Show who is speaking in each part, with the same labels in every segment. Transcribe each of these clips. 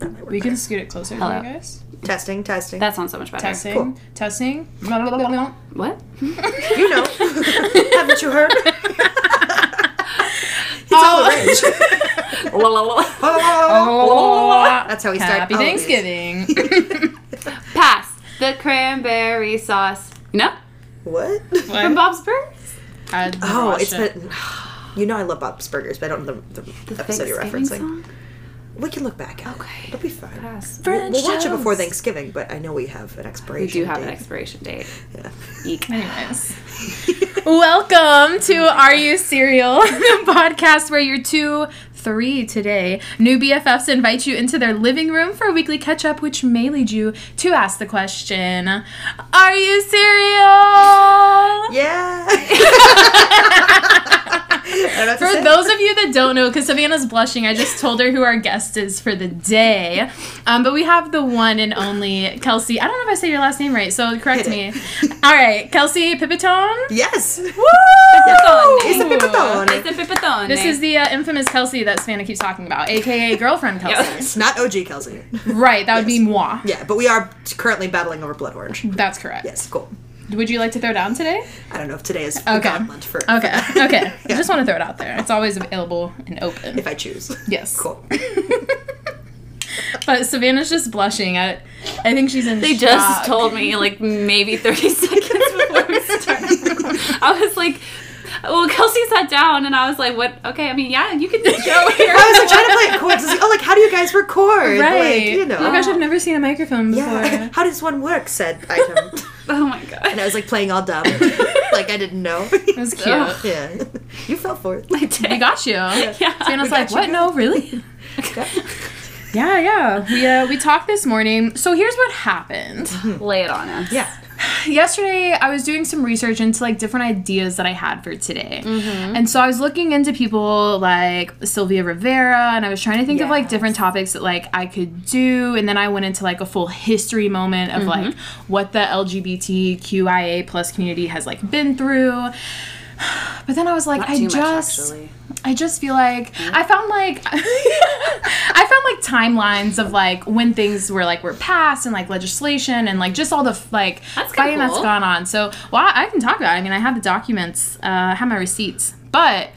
Speaker 1: works.
Speaker 2: We can scoot it closer to you
Speaker 1: Hello.
Speaker 2: guys.
Speaker 3: Testing, testing.
Speaker 1: That sounds so much better.
Speaker 2: Testing.
Speaker 3: Cool.
Speaker 2: Testing. Blah, blah, blah, blah.
Speaker 1: What?
Speaker 3: you know. Haven't you heard? it's all the rage.
Speaker 1: La, la, la, la.
Speaker 3: That's how we start Oh.
Speaker 2: Oh, Happy
Speaker 3: all of these.
Speaker 2: Thanksgiving.
Speaker 1: Pass the cranberry sauce. No?
Speaker 3: what?
Speaker 1: From
Speaker 2: What?
Speaker 1: Bob's Burgers?
Speaker 2: I didn't
Speaker 3: Oh,
Speaker 2: watch
Speaker 3: it's
Speaker 2: it.
Speaker 3: been. You know I love Bob's Burgers, but I don't know the, the, episode you're
Speaker 1: Thanksgiving
Speaker 3: referencing.
Speaker 1: song?
Speaker 3: We can look back at
Speaker 1: Okay.
Speaker 3: it. It'll be fine.
Speaker 1: Pass.
Speaker 3: We'll, we'll watch it before
Speaker 2: French toast.
Speaker 3: Thanksgiving, but I know we have an
Speaker 1: We
Speaker 3: expiration.
Speaker 1: do have an
Speaker 3: date.
Speaker 1: expiration date.
Speaker 3: Yeah.
Speaker 1: Eek.
Speaker 2: Anyways. Welcome to Are You Serial, the podcast where your two, three today, new BFFs invite you into their living room for a weekly catch up, which may lead you to ask the question Are you serial?
Speaker 3: Yeah.
Speaker 2: For those of you that don't know, because Savannah's blushing, I just told her who our guest is for the day. Um, but we have the one and only Kelsey. I don't know if I say your last name right, so correct me.
Speaker 3: Hit
Speaker 2: All right, Kelsey Pipitone.
Speaker 3: yes.
Speaker 1: Pipitone.
Speaker 3: It's a pipitone.
Speaker 1: It's a pipitone.
Speaker 2: This is the uh, infamous Kelsey that Savannah keeps talking about, aka girlfriend Kelsey.
Speaker 3: It's not OG Kelsey.
Speaker 2: Right, that would be moi.
Speaker 3: Yeah, but we are currently battling over Blood Orange.
Speaker 2: That's correct.
Speaker 3: Yes, cool.
Speaker 2: Would you like to throw down today?
Speaker 3: I don't know if today is
Speaker 2: Okay.
Speaker 3: okay. gauntlet for
Speaker 2: Okay, okay. I
Speaker 3: Yeah.
Speaker 2: just want to throw it out there. It's always available and open.
Speaker 3: if I choose.
Speaker 2: Yes.
Speaker 3: Cool.
Speaker 2: But Savannah's just blushing. I, I think she's in
Speaker 1: They just
Speaker 2: shock.
Speaker 1: told me like maybe 30 seconds before we started. I was like, well, Kelsey sat down and I was like, what? Okay, I mean, yeah, you can do the show here.
Speaker 3: I was like trying to play it cool. It's like, oh, like how do you guys record?
Speaker 2: Right.
Speaker 3: Like, you
Speaker 2: Oh my
Speaker 3: know.
Speaker 2: gosh, I've never seen a microphone before.
Speaker 3: Yeah. How does one work? Said item.
Speaker 1: oh my god.
Speaker 3: And I was like playing all dumb. like I didn't know.
Speaker 2: It was cute.
Speaker 1: Ugh.
Speaker 3: yeah. You fell for it.
Speaker 1: I
Speaker 2: We
Speaker 1: did.
Speaker 2: got you.
Speaker 1: Yeah.
Speaker 3: We got
Speaker 2: Savannah's like,
Speaker 3: you.
Speaker 2: what? No, really?
Speaker 3: Yeah.
Speaker 2: Yeah, yeah. We uh, we talked this morning. So here's what happened.
Speaker 1: Lay it on us.
Speaker 3: Yeah.
Speaker 2: yesterday i was doing some research into like different ideas that i had for today
Speaker 1: Mm-hmm.
Speaker 2: and so i was looking into people like sylvia rivera and i was trying to think of like
Speaker 3: Yes.
Speaker 2: different topics that like i could do and then i went into like a full history moment of like
Speaker 1: Mm-hmm.
Speaker 2: what the lgbtqia plus community has like been through but then i was like
Speaker 1: Not
Speaker 2: i
Speaker 1: too
Speaker 2: just
Speaker 1: much, actually.
Speaker 2: I just feel like I found like I found like timelines of like when things were like were passed and like legislation and like just all the f- like
Speaker 1: That's kinda
Speaker 2: fighting that's
Speaker 1: cool.
Speaker 2: gone on. So well, I, I can talk about. It. I mean, I have the documents, uh, I have my receipts, but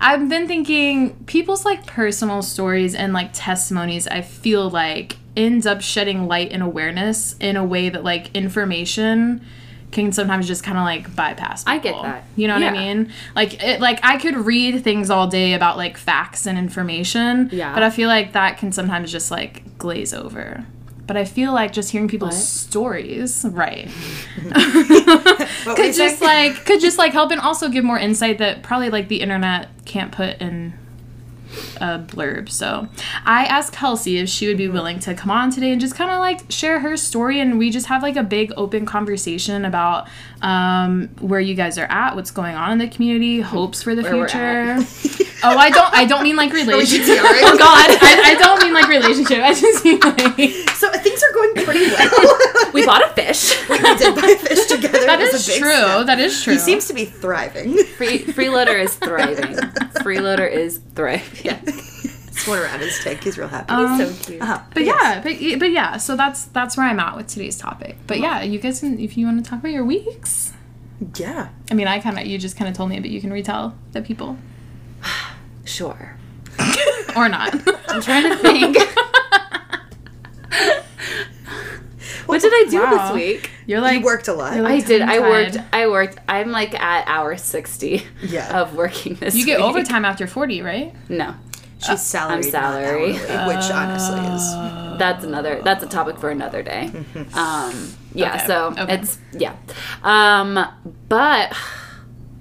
Speaker 2: I've been thinking people's like personal stories and like testimonies. I feel like ends up shedding light and awareness in a way that like information can sometimes just kind of like bypass. People.
Speaker 1: I get that.
Speaker 2: You know what I
Speaker 1: Yeah.
Speaker 2: mean? mean? Like it, like I could read things all day about like facts and information,
Speaker 1: Yeah.
Speaker 2: but I feel like that can sometimes just like glaze over. But I feel like just hearing people's
Speaker 1: What?
Speaker 2: stories, right?
Speaker 3: What were you
Speaker 2: could just
Speaker 3: saying?
Speaker 2: like could just like help and also give more insight that probably like the internet can't put in a blurb. So I asked Kelsey if she
Speaker 3: Mm-hmm.
Speaker 2: would be willing to come on today and just kind of like share her story, and we just have like a big open conversation about um, where you guys are at, what's going on in the community, hopes for the
Speaker 1: Where we're
Speaker 2: future. oh, I don't. I don't mean like relationship.
Speaker 3: Sorry.
Speaker 1: Oh god.
Speaker 2: I, I don't mean like relationship. I just mean like
Speaker 3: So uh, things are going pretty well.
Speaker 1: we bought a fish.
Speaker 3: we did buy fish together.
Speaker 2: that
Speaker 3: It was
Speaker 2: is
Speaker 3: a big
Speaker 2: true.
Speaker 3: step.
Speaker 2: That is true.
Speaker 3: He seems to be thriving.
Speaker 1: Free freeloader is thriving. Freeloader is thriving.
Speaker 3: Yeah. Sworn around his tank. He's real happy.
Speaker 1: So cute.
Speaker 3: uh-huh.
Speaker 2: Um, But yeah, but y- but yeah, so that's that's where I'm at with today's topic. But yeah, you guys can if you want to talk about your weeks.
Speaker 3: Yeah.
Speaker 2: I mean, I kind of you just kind of told me, but you can retell the people
Speaker 1: Sure.
Speaker 2: or not.
Speaker 1: I'm trying to think. what did I do
Speaker 2: Wow.
Speaker 1: this week?
Speaker 2: You're like
Speaker 3: he worked a lot.
Speaker 2: you're like-
Speaker 1: I did. I
Speaker 2: tongue-tied.
Speaker 1: worked. I worked. I'm like at hour 60
Speaker 3: Yeah.
Speaker 1: of working this
Speaker 2: you get
Speaker 1: week.
Speaker 2: overtime after 40, right?
Speaker 1: No.
Speaker 3: She's salary.
Speaker 1: salary.
Speaker 3: which honestly is.
Speaker 1: That's another that's a topic for another day. Um yeah,
Speaker 2: Okay,
Speaker 1: so
Speaker 2: okay.
Speaker 1: it's yeah. Um but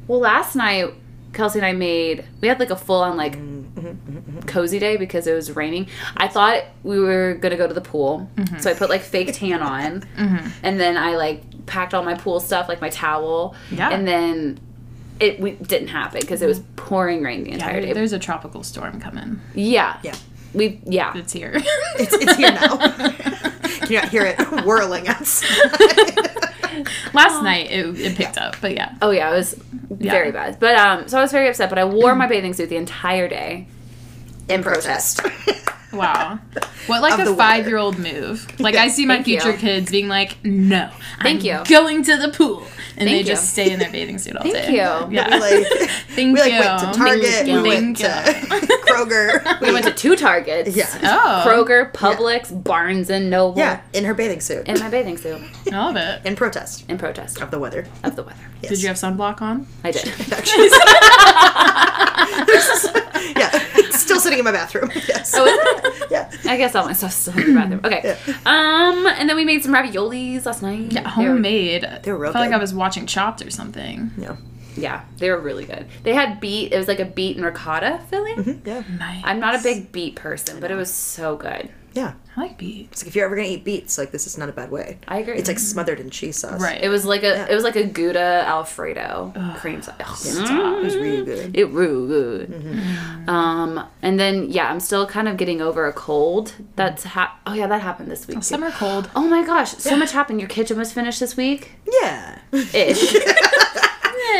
Speaker 1: well last night Kelsey and I made we had like a full on like
Speaker 2: Mm-hmm.
Speaker 1: cozy day because it was raining. I thought we were gonna go to the pool,
Speaker 2: Mm-hmm.
Speaker 1: so I put like fake tan on, and then I like packed all my pool stuff, like my towel,
Speaker 2: Yeah.
Speaker 1: and then it we, didn't happen because it was pouring rain the entire
Speaker 2: There-
Speaker 1: day.
Speaker 2: there's a tropical storm coming.
Speaker 1: Yeah,
Speaker 3: Yeah.
Speaker 1: we yeah
Speaker 2: It's here.
Speaker 3: It's, it's here now. Can you not hear it whirling outside?
Speaker 2: Last night it, it picked up, but yeah.
Speaker 1: Oh yeah, it was very bad. But um, so I was very upset. But I wore my bathing suit the entire day.
Speaker 3: In protest.
Speaker 2: Wow. What like
Speaker 3: Of the
Speaker 2: a
Speaker 3: weather.
Speaker 2: five year old move? Like I see my
Speaker 1: Thank you.
Speaker 2: future kids being like, no,
Speaker 1: Thank
Speaker 2: I'm
Speaker 1: you.
Speaker 2: going to the pool, and they
Speaker 1: Thank you.
Speaker 2: just stay in their bathing suit all
Speaker 1: Thank
Speaker 2: day.
Speaker 1: you.
Speaker 2: Yeah.
Speaker 3: We like,
Speaker 2: Thank
Speaker 3: we like
Speaker 2: you.
Speaker 3: went to Target.
Speaker 1: you.
Speaker 3: We went
Speaker 2: Thank
Speaker 3: to Kroger.
Speaker 1: We went to two Targets.
Speaker 3: yeah,
Speaker 2: oh,
Speaker 1: Kroger, Publix, Barnes and Noble.
Speaker 3: yeah, in her bathing suit
Speaker 1: In my bathing suit.
Speaker 2: I love it.
Speaker 3: in protest
Speaker 1: In protest
Speaker 3: of the weather.
Speaker 1: of the weather.
Speaker 3: Yes.
Speaker 2: Did you have sunblock on?
Speaker 1: I did.
Speaker 3: Actually, yeah, it's still sitting in my bathroom. Yes.
Speaker 1: Oh, is it?
Speaker 3: yeah.
Speaker 1: I guess all my stuff's still in the bathroom. Okay. Um, and then we made some raviolis last night.
Speaker 2: Yeah, homemade.
Speaker 3: they were real
Speaker 2: I felt like
Speaker 3: good.
Speaker 2: I was watching Chopped or something.
Speaker 3: No.
Speaker 1: yeah, they were really good. They had beet. It was like a beet and ricotta filling.
Speaker 3: Yeah.
Speaker 2: Nice.
Speaker 1: I'm not a big beet person, but it was so good.
Speaker 3: Yeah.
Speaker 2: I like beets.
Speaker 3: It's like if you're ever gonna eat beets, like this is not a bad way.
Speaker 1: I agree.
Speaker 3: It's like smothered in cheese sauce.
Speaker 2: Right.
Speaker 1: it was like a
Speaker 3: Yeah.
Speaker 1: it was like a gouda alfredo cream sauce.
Speaker 3: It was
Speaker 2: Mm.
Speaker 3: really good.
Speaker 1: It really good.
Speaker 2: Mm-hmm.
Speaker 1: Um, and then yeah, I'm still kind of getting over a cold. That's ha- oh yeah, that happened this week. too.
Speaker 2: Summer cold.
Speaker 1: Oh my gosh, so much happened. Your kitchen was finished this week.
Speaker 3: Yeah.
Speaker 1: Ish.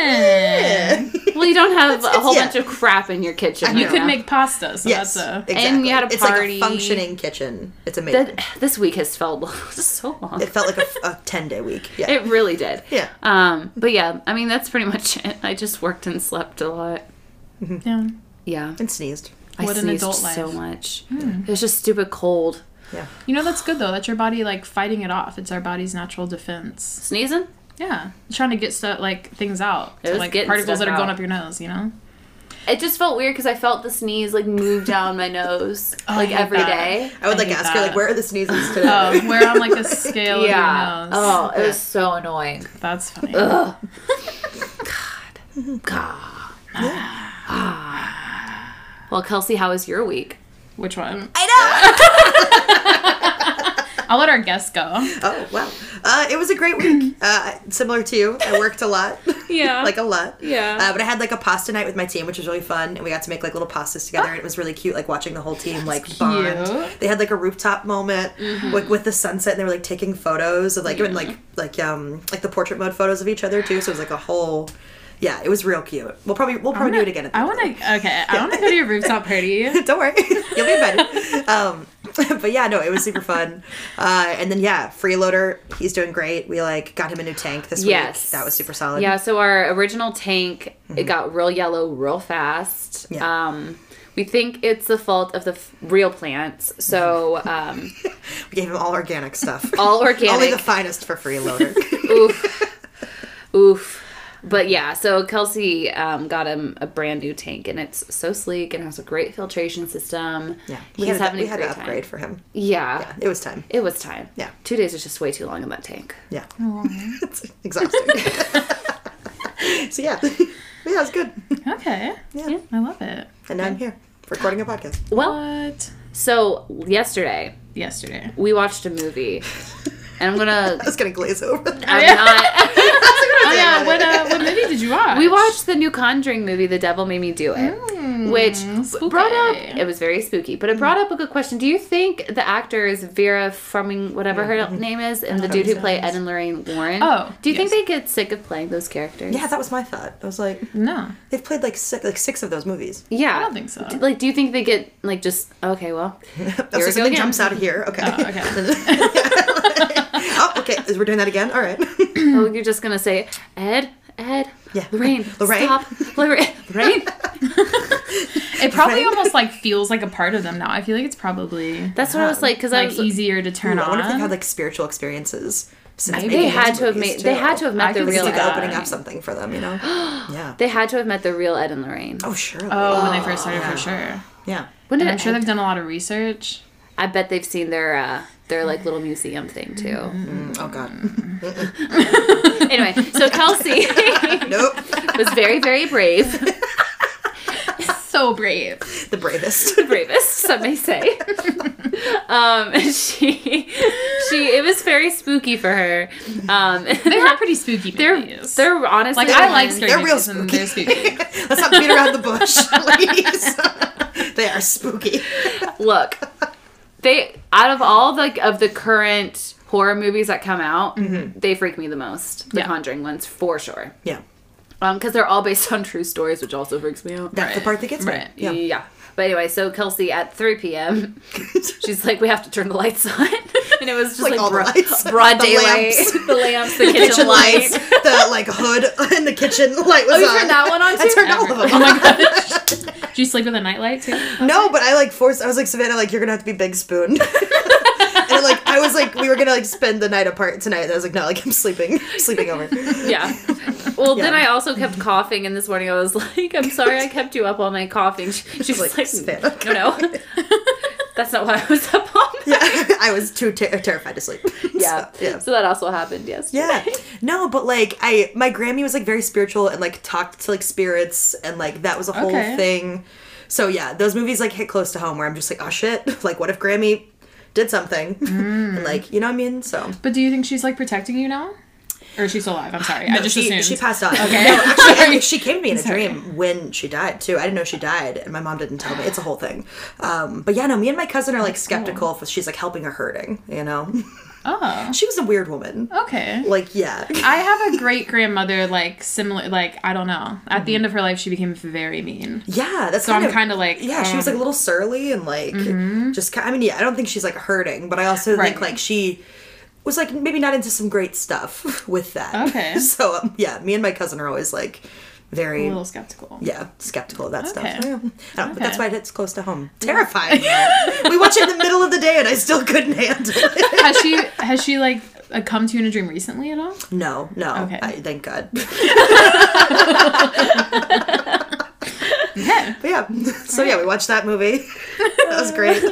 Speaker 1: well, you don't have a whole
Speaker 3: yeah.
Speaker 1: bunch of crap in your kitchen.
Speaker 2: You
Speaker 1: right
Speaker 2: could
Speaker 1: now.
Speaker 2: make pasta, so
Speaker 3: Yes.
Speaker 2: that's a.
Speaker 3: Exactly.
Speaker 1: And you had a
Speaker 3: it's
Speaker 1: party.
Speaker 3: like a functioning kitchen. It's amazing.
Speaker 1: That- this week has felt so long.
Speaker 3: it felt like a, a ten day week. Yeah.
Speaker 1: It really did.
Speaker 3: Yeah.
Speaker 1: Um, but yeah, I mean that's pretty much it. I just worked and slept a lot.
Speaker 2: Yeah.
Speaker 1: Yeah.
Speaker 3: and sneezed.
Speaker 1: I
Speaker 2: What an
Speaker 1: sneezed
Speaker 2: adult life. Hmm.
Speaker 1: so much. It was just stupid cold.
Speaker 3: Yeah.
Speaker 2: You know that's good though. That's your body like fighting it off. It's our body's natural defense.
Speaker 1: Sneezing?
Speaker 2: Yeah, trying to get stuff like things out,
Speaker 1: It was
Speaker 2: like
Speaker 1: getting
Speaker 2: particles
Speaker 1: stuff
Speaker 2: that are going
Speaker 1: out.
Speaker 2: up your nose. You know,
Speaker 1: It just felt weird because I felt the sneeze like move down my nose
Speaker 3: Oh,
Speaker 1: like
Speaker 2: I hate
Speaker 1: every
Speaker 2: that.
Speaker 1: day.
Speaker 3: I would like
Speaker 2: hate
Speaker 3: ask her
Speaker 2: that.
Speaker 3: like, where are the sneezes today?
Speaker 2: Oh, we're on like a scale
Speaker 1: Yeah.
Speaker 2: of your nose.
Speaker 1: Oh, it was so annoying.
Speaker 2: That's funny.
Speaker 1: God. well, Kelsey, how was your week?
Speaker 2: Which one?
Speaker 1: I
Speaker 2: I'll let our guest go.
Speaker 3: Oh wow, uh, it was a great week. Uh, similar to you, I worked a lot.
Speaker 1: Yeah.
Speaker 3: like a lot.
Speaker 1: Yeah.
Speaker 3: Uh, but I had like a pasta night with my team, which was really fun, and we got to make like little pastas together. and it was really cute, like watching the whole team like bond.
Speaker 2: cute.
Speaker 3: They had like a rooftop moment, like with the sunset, and they were like taking photos of like even like like um like the portrait mode photos of each other too. So it was like a whole. Yeah, it was real cute. We'll probably we'll probably do it again. At the
Speaker 2: I
Speaker 3: end of
Speaker 2: want
Speaker 3: the
Speaker 2: to. Okay, I want to go to your rooftop party.
Speaker 3: don't worry you'll be invited um but yeah no it was super fun uh and then yeah freeloader he's doing great we like got him a new tank this
Speaker 1: Yes.
Speaker 3: week that was super solid Mm-hmm.
Speaker 1: Yeah, so our original tank it got real yellow real fast.
Speaker 3: Yeah.
Speaker 1: Um we think it's the fault of the f- real plants. So, um
Speaker 3: we gave him all organic stuff
Speaker 1: all
Speaker 3: Mm-hmm. only the
Speaker 1: organic.
Speaker 3: finest for freeloader
Speaker 1: oof. Oof. But yeah, so Kelsey um, got him a brand new tank, and it's so sleek and has a great filtration system.
Speaker 3: yeah we
Speaker 1: he's
Speaker 3: had,
Speaker 1: having
Speaker 3: we
Speaker 1: a
Speaker 3: had
Speaker 1: great
Speaker 3: to upgrade
Speaker 1: time.
Speaker 3: for him
Speaker 1: Yeah,
Speaker 3: yeah it was time
Speaker 1: it was time.
Speaker 3: Yeah.
Speaker 1: two days is just way too long in that tank.
Speaker 3: yeah it's exhausting so yeah But yeah it's good
Speaker 2: Okay,
Speaker 3: yeah,
Speaker 1: Yeah.
Speaker 2: I love it.
Speaker 3: and now i'm here recording a podcast
Speaker 1: Well,
Speaker 2: What?
Speaker 1: so yesterday
Speaker 2: Yesterday.
Speaker 1: we watched a movie, and I'm gonna.
Speaker 3: i was gonna glaze over
Speaker 1: I'm
Speaker 2: Yeah.
Speaker 1: not.
Speaker 2: Oh yeah. What uh, what movie did you watch?
Speaker 1: We watched the new Conjuring movie, The Devil Made Me Do It, which
Speaker 2: Mm, spooky.
Speaker 1: brought up it was very spooky, but it brought up a good question. Do you think the actors Vera Farming, whatever her name is, and the dude who played Ed and Lorraine Warren?
Speaker 2: Oh,
Speaker 1: do you
Speaker 2: yes.
Speaker 1: think they get sick of playing those characters?
Speaker 3: yeah that was my thought i was like
Speaker 2: No,
Speaker 3: they've played like six like six of those movies
Speaker 1: yeah.
Speaker 2: I don't think so.
Speaker 1: D- Like, do you think they get like just okay? Well,
Speaker 3: Oh,
Speaker 1: Here
Speaker 3: so
Speaker 1: we
Speaker 3: something
Speaker 1: go again.
Speaker 3: jumps out of here. Okay.
Speaker 2: Oh, okay.
Speaker 3: oh, okay. Is- We're doing that again. All right.
Speaker 1: oh, you're just gonna say Ed, Ed,
Speaker 3: Yeah.
Speaker 1: Lorraine,
Speaker 3: Lorraine.
Speaker 1: stop, Lorraine, Lorraine.
Speaker 2: It probably
Speaker 3: Right?
Speaker 2: almost like feels like a part of them now. I feel like it's probably
Speaker 1: That's what I was like because I
Speaker 2: like
Speaker 1: was
Speaker 2: easier to turn
Speaker 3: I
Speaker 2: on.
Speaker 3: wonder if they've had like spiritual experiences. Since
Speaker 2: Maybe.
Speaker 3: making
Speaker 1: They had
Speaker 3: these
Speaker 1: to have
Speaker 3: movies,
Speaker 1: made. They
Speaker 3: too.
Speaker 1: had to have met
Speaker 2: I
Speaker 1: the
Speaker 2: can see
Speaker 1: real.
Speaker 3: It's like
Speaker 1: Ed.
Speaker 3: opening up something for them, you know? yeah.
Speaker 1: They had to have met the real Ed and Lorraine.
Speaker 3: oh, surely.
Speaker 2: Oh, when they first started, for sure.
Speaker 3: Yeah.
Speaker 1: When did
Speaker 2: I'm
Speaker 1: it
Speaker 2: sure
Speaker 1: end?
Speaker 2: they've done a lot of research.
Speaker 1: I bet they've seen their uh, their like little museum thing
Speaker 2: Mm-hmm.
Speaker 1: too.
Speaker 3: Mm, Oh, God.
Speaker 1: anyway, so Kelsey
Speaker 3: Nope.
Speaker 1: was very very brave,
Speaker 2: So brave.
Speaker 3: the bravest.
Speaker 1: the bravest some may say. Um, and she she it was very spooky for her. Um,
Speaker 2: They are pretty spooky
Speaker 1: they're
Speaker 2: movies.
Speaker 1: they're honestly
Speaker 2: like I like
Speaker 1: the
Speaker 2: scary
Speaker 3: They're real
Speaker 2: movies and they're spooky.
Speaker 3: Let's not beat around the bush, please. they are spooky.
Speaker 1: ones- look. They out of all the of the current
Speaker 3: Mm-hmm.
Speaker 1: horror movies that come out, they freak me the most. The
Speaker 2: Yeah.
Speaker 1: Conjuring ones for sure.
Speaker 3: Yeah.
Speaker 1: Um, because they're all based on true stories, which also freaks me out.
Speaker 3: That's the
Speaker 2: Right.
Speaker 3: part that gets me.
Speaker 2: Right.
Speaker 3: Yeah.
Speaker 1: Yeah. But anyway, so Kelsey at 3 p.m., she's like, we have to turn the lights on. And it was just
Speaker 3: Like
Speaker 1: like,
Speaker 3: all the
Speaker 1: bro-
Speaker 3: lights.
Speaker 1: broad
Speaker 3: The
Speaker 1: daylight.
Speaker 3: lamps.
Speaker 1: The lamps, the kitchen,
Speaker 3: Kitchen
Speaker 1: lights.
Speaker 3: lights, the like hood in the kitchen light was
Speaker 1: Oh, you
Speaker 3: on.
Speaker 1: turned that one on too?
Speaker 3: I turned all of
Speaker 2: Oh
Speaker 3: them.
Speaker 2: my gosh. Do you sleep with a nightlight too?
Speaker 3: No, but I like forced. I was like Savannah, like you're gonna have to be big spoon. and like I was like we were gonna like spend the night apart tonight. And I was like no, like I'm sleeping, sleeping over.
Speaker 1: Yeah. Well, then
Speaker 3: Yeah.
Speaker 1: I also kept coughing, and this morning I was like, I'm sorry I kept you up all night coughing. She, she was
Speaker 3: Like,
Speaker 1: like,
Speaker 3: Savannah,
Speaker 1: no, no. That's not why I was up all night.
Speaker 3: Yeah, I was too ter- terrified to sleep. So,
Speaker 1: Yeah.
Speaker 3: yeah.
Speaker 1: So that also happened yesterday.
Speaker 3: Yeah. No, but like I my Grammy was like very spiritual and like talked to like spirits and like that was a whole
Speaker 2: Okay.
Speaker 3: thing. So yeah, those movies like hit close to home where I'm just like, oh shit, like what if Grammy did something?
Speaker 2: Mm.
Speaker 3: and like, you know what I mean? So
Speaker 2: But do you think she's like protecting you now? Or is she still alive? I'm sorry. I
Speaker 3: No,
Speaker 2: just
Speaker 3: she,
Speaker 2: assumed.
Speaker 3: she passed on.
Speaker 2: Okay.
Speaker 3: No, actually, and she came to me in a
Speaker 2: Sorry.
Speaker 3: dream when she died too. I didn't know she died, and my mom didn't tell me. It's a whole thing. Um, but yeah, no, me and my cousin are like skeptical if she's like helping or hurting. You know,
Speaker 2: Oh.
Speaker 3: she was a weird woman.
Speaker 2: Okay.
Speaker 3: Like yeah,
Speaker 2: I have a great grandmother, like similar, like I don't know. At the end of her life, she became very mean.
Speaker 3: yeah. That's
Speaker 2: So
Speaker 3: kind
Speaker 2: I'm
Speaker 3: of
Speaker 2: kind of like, um, mm-hmm.
Speaker 3: yeah. She was like a little surly and like just. ki I mean, yeah. I don't think she's like hurting, but I also think
Speaker 2: Right.
Speaker 3: like she was like maybe not into some great stuff with that.
Speaker 2: Okay.
Speaker 3: so um, yeah, me and my cousin are always like very
Speaker 2: a little skeptical.
Speaker 3: yeah, skeptical of that stuff.
Speaker 2: Okay.
Speaker 3: I don't know, but that's
Speaker 2: Okay.
Speaker 3: why it's close to home. Terrifying. we watch it in the middle of the day, and I still couldn't handle it.
Speaker 2: Has she has she like uh, come to you in a dream recently at all?
Speaker 3: No, no.
Speaker 2: Okay.
Speaker 3: I, thank God. but
Speaker 2: Okay.
Speaker 3: yeah, so yeah, we watched that movie. that was great.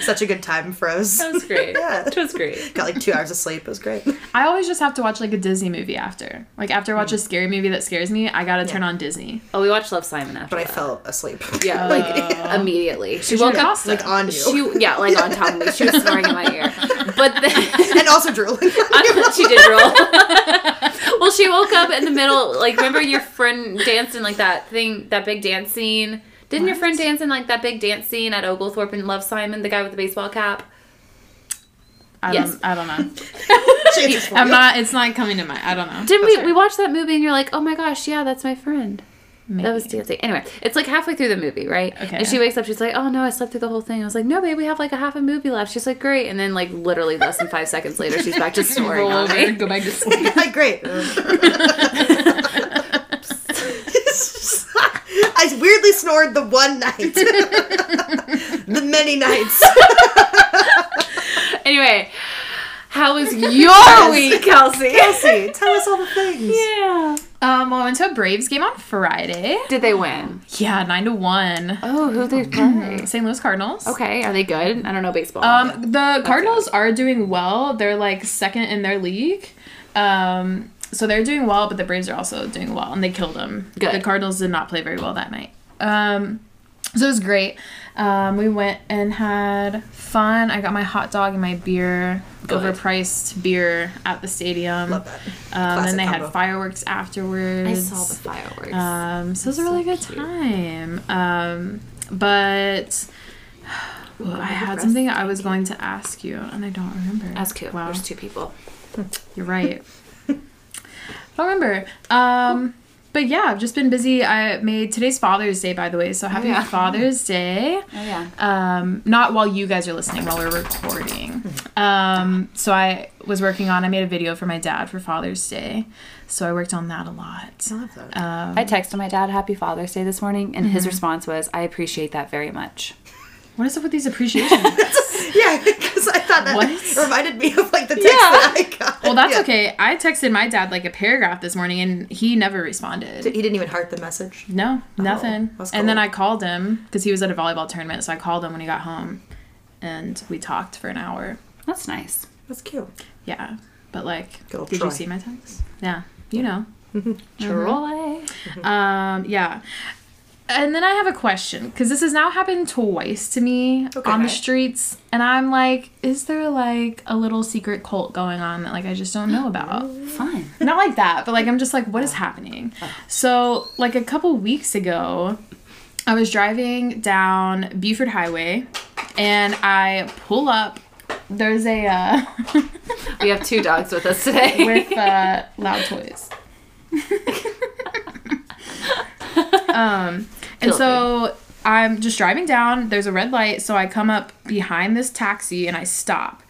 Speaker 3: Such a good time for us.
Speaker 1: It was great.
Speaker 3: Yeah.
Speaker 1: It was great.
Speaker 3: Got like two hours of sleep. It was great.
Speaker 2: I always just have to watch like a Disney movie after. Like after I watch a scary movie that scares me, I gotta turn on Disney.
Speaker 1: Oh, we watched Love Simon after
Speaker 3: But I
Speaker 1: that.
Speaker 3: fell asleep.
Speaker 1: Yeah,
Speaker 3: like
Speaker 1: immediately. She
Speaker 2: You're
Speaker 1: woke up.
Speaker 2: exhausted.
Speaker 3: like on you.
Speaker 1: She yeah, like on top of me. She was snoring in my ear. But then
Speaker 3: and also drooling.
Speaker 1: she did roll. well, she woke up in the middle. Like remember your friend danced in like that thing, that big dance scene. Didn't your friend dance in like that big dance scene at Oglethorpe in Love Simon, the guy with the baseball cap?
Speaker 2: I
Speaker 1: Yes.
Speaker 2: don't. I don't know.
Speaker 3: Changes for
Speaker 2: I'm
Speaker 3: you.
Speaker 2: not. It's not coming to mind. I don't know.
Speaker 1: Didn't
Speaker 3: That's
Speaker 1: we
Speaker 3: right.
Speaker 1: we watched that movie and you're like, oh my gosh, yeah, that's my friend.
Speaker 2: Maybe.
Speaker 1: That was dancing. Anyway, it's like halfway through the movie, right?
Speaker 2: Okay.
Speaker 1: And she wakes up. She's like, "Oh no, I slept through the whole thing." I was like, "No, babe, we have like a half a movie left." She's like, "Great," and then like literally less than five seconds later, she's back to snoring.
Speaker 2: Roll
Speaker 1: on
Speaker 2: over.
Speaker 1: me.
Speaker 2: Go back to sleep.
Speaker 3: Like, great. I weirdly snored the one night. the many nights.
Speaker 1: Anyway, how was your week, Kelsey?
Speaker 3: Kelsey, tell us all the things.
Speaker 1: Yeah.
Speaker 2: Um, well, I went to a Braves game on Friday.
Speaker 1: Did they win?
Speaker 2: Yeah, nine to one.
Speaker 1: Oh, who they play?
Speaker 2: St. Louis Cardinals.
Speaker 1: okay, are they good? I don't know baseball.
Speaker 2: Um, the Cardinals are doing well. They're like second in their league. Um, so they're doing well, but the Braves are also doing well, and they killed them.
Speaker 1: Good.
Speaker 2: The Cardinals did not play very well that night. Um, so it was great. Um, we went and had fun. I got my hot dog and my beer,
Speaker 1: Good.
Speaker 2: overpriced beer at the stadium.
Speaker 3: Love that.
Speaker 2: Um,
Speaker 3: Classic
Speaker 2: and they
Speaker 3: combo.
Speaker 2: had fireworks afterwards.
Speaker 1: I saw the fireworks.
Speaker 2: Um, so it was a really good time. Um, but well, I had something I was going to ask you, and I don't remember.
Speaker 1: Ask who?
Speaker 2: Wow,
Speaker 1: There's two people.
Speaker 2: you're right. I don't remember. Um, but yeah, I've just been busy. I made today's Father's Day, by the way. So happy
Speaker 1: yeah.
Speaker 2: Father's Day.
Speaker 1: Oh yeah.
Speaker 2: Um, not while you guys are listening, while we're recording. Um, so I was working on. I made a video for my dad for Father's Day. So I worked on that a lot.
Speaker 3: I love that.
Speaker 1: I texted my dad Happy Father's Day this morning, and his response was, "I appreciate that very much."
Speaker 2: What is up with these appreciation?
Speaker 3: yeah, because I thought that
Speaker 2: What?
Speaker 3: reminded me of like the text
Speaker 1: Yeah.
Speaker 3: that I got.
Speaker 2: Well, that's
Speaker 3: Yeah.
Speaker 2: okay. I texted my dad like a paragraph this morning and he never responded.
Speaker 3: He didn't even heart the message.
Speaker 2: No, nothing.
Speaker 3: Oh, that's
Speaker 2: And then
Speaker 3: cool.
Speaker 2: I called him because he was at a volleyball tournament. So I called him when he got home and we talked for an hour.
Speaker 1: That's nice.
Speaker 3: That's cute.
Speaker 2: Yeah. But like,
Speaker 3: Good old
Speaker 2: did
Speaker 3: Troy.
Speaker 2: you see my text? Yeah. You know.
Speaker 1: Mm-hmm. Troy.
Speaker 2: Um, yeah. And then I have a question because this has now happened twice to me on the streets, and I'm like, is there like a little secret cult going on that like I just don't know about?
Speaker 1: Fun.
Speaker 2: not like that, but like I'm just like, what is happening? So like a couple weeks ago, I was driving down Buford Highway, and I pull up. There's a uh,
Speaker 1: We have two dogs with us today.
Speaker 2: with uh, loud toys. Um, and
Speaker 1: Feel
Speaker 2: so I'm just driving down. There's a red light, so I come up behind this taxi and I stop.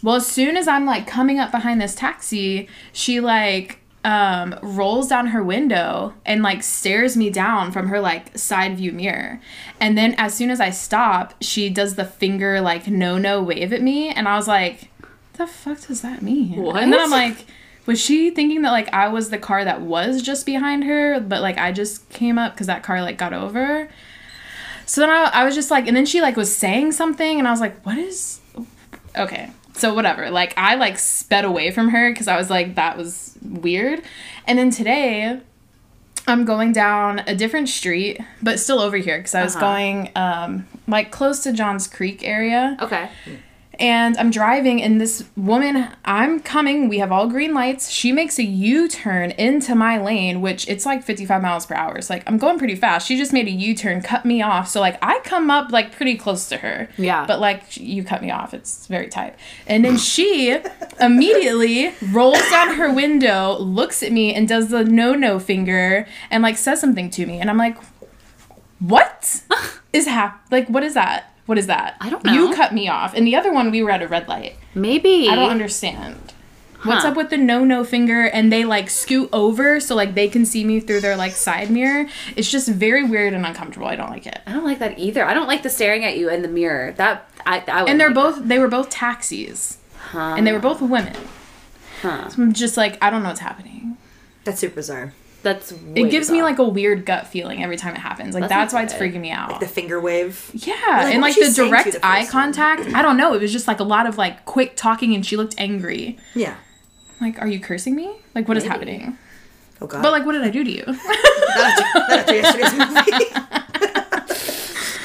Speaker 2: Well, as soon as I'm like coming up behind this taxi, she like um rolls down her window and like stares me down from her like side view mirror. And then as soon as I stop, she does the finger like no no wave at me and I was like, the fuck does that mean?
Speaker 1: What?
Speaker 2: And then I'm like, was she thinking that like I was the car that was just behind her, but like I just came up because that car like got over? So then I, I was just like, and then she like was saying something, and I was like, what is? Okay, so whatever. Like I like sped away from her because I was like, that was weird. And then today, I'm going down a different street, but still over here because I was going um like close to Johns Creek area
Speaker 1: Okay.
Speaker 2: and I'm driving, and this woman, I'm coming, we have all green lights. She makes a U turn into my lane, which it's like 55 miles per hour. It's like I'm going pretty fast. She just made a U turn, cut me off. So, like, I come up like pretty close to her.
Speaker 1: Yeah.
Speaker 2: But, like, you cut me off. It's very tight. And then she immediately rolls down her window, looks at me, and does the no no finger and, like, says something to me. And I'm like, what is hap- like what is that what is that
Speaker 1: I don't
Speaker 2: you
Speaker 1: know.
Speaker 2: cut me off and the other one we were at a red light
Speaker 1: Maybe.
Speaker 2: i don't understand what's
Speaker 1: Huh.
Speaker 2: up with the no no finger and they like scoot over so like they can see me through their like side mirror it's just very weird and uncomfortable i don't like it
Speaker 1: I don't like that either. I don't like the staring at you in the mirror. That I. I wouldn't
Speaker 2: and they're
Speaker 1: like Ah.
Speaker 2: both they were both taxis and they were both women
Speaker 1: Huh.
Speaker 2: so i'm just like i don't know what's happening
Speaker 3: That's super bizarre.
Speaker 1: That's.
Speaker 2: it gives me like a weird gut feeling every time it happens like
Speaker 1: uh.
Speaker 2: that's,
Speaker 1: That's not
Speaker 2: why it's
Speaker 1: good.
Speaker 2: freaking me out
Speaker 3: The finger wave.
Speaker 2: Yeah,
Speaker 3: Like, what
Speaker 2: and like
Speaker 3: was she
Speaker 2: the
Speaker 3: saying to you
Speaker 2: direct
Speaker 3: the
Speaker 2: eye
Speaker 3: first time?
Speaker 2: contact. I don't know. It was just like a lot of like quick talking, and she looked angry.
Speaker 3: Yeah.
Speaker 2: Like, are you cursing me? Like, what is happening?
Speaker 3: Oh god.
Speaker 2: But like, what did I do to you?
Speaker 3: not, after, not after yesterday's movie.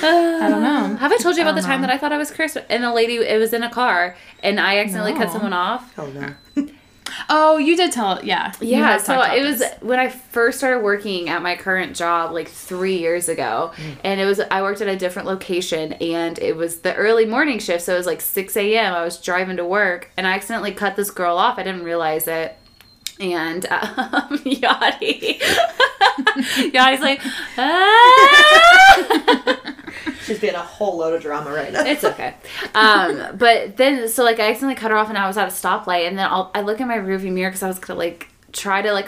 Speaker 2: I don't know.
Speaker 1: Have I told you about the time that I thought I was cursed and a lady? It was in a car and I accidentally cut
Speaker 2: No.
Speaker 1: someone off.
Speaker 3: oh no.
Speaker 2: Oh, you did tell. Yeah, you
Speaker 1: Yeah,
Speaker 2: have
Speaker 1: so
Speaker 2: talked about
Speaker 1: it was
Speaker 2: this.
Speaker 1: when I first started working at my current job like three years ago,
Speaker 2: Mm.
Speaker 1: and it was I worked at a different location, and it was the early morning shift, so it was like six a.m. I was driving to work, and I accidentally cut this girl off. I didn't realize it, and um, Yachty, Yachty's like, "Ah!"
Speaker 3: She's being a whole load of drama right now.
Speaker 1: It's okay. Um, but then, so like, I accidentally cut her off, and I was at a stoplight, and then I'll, I look in my rearview mirror because I was gonna like try to like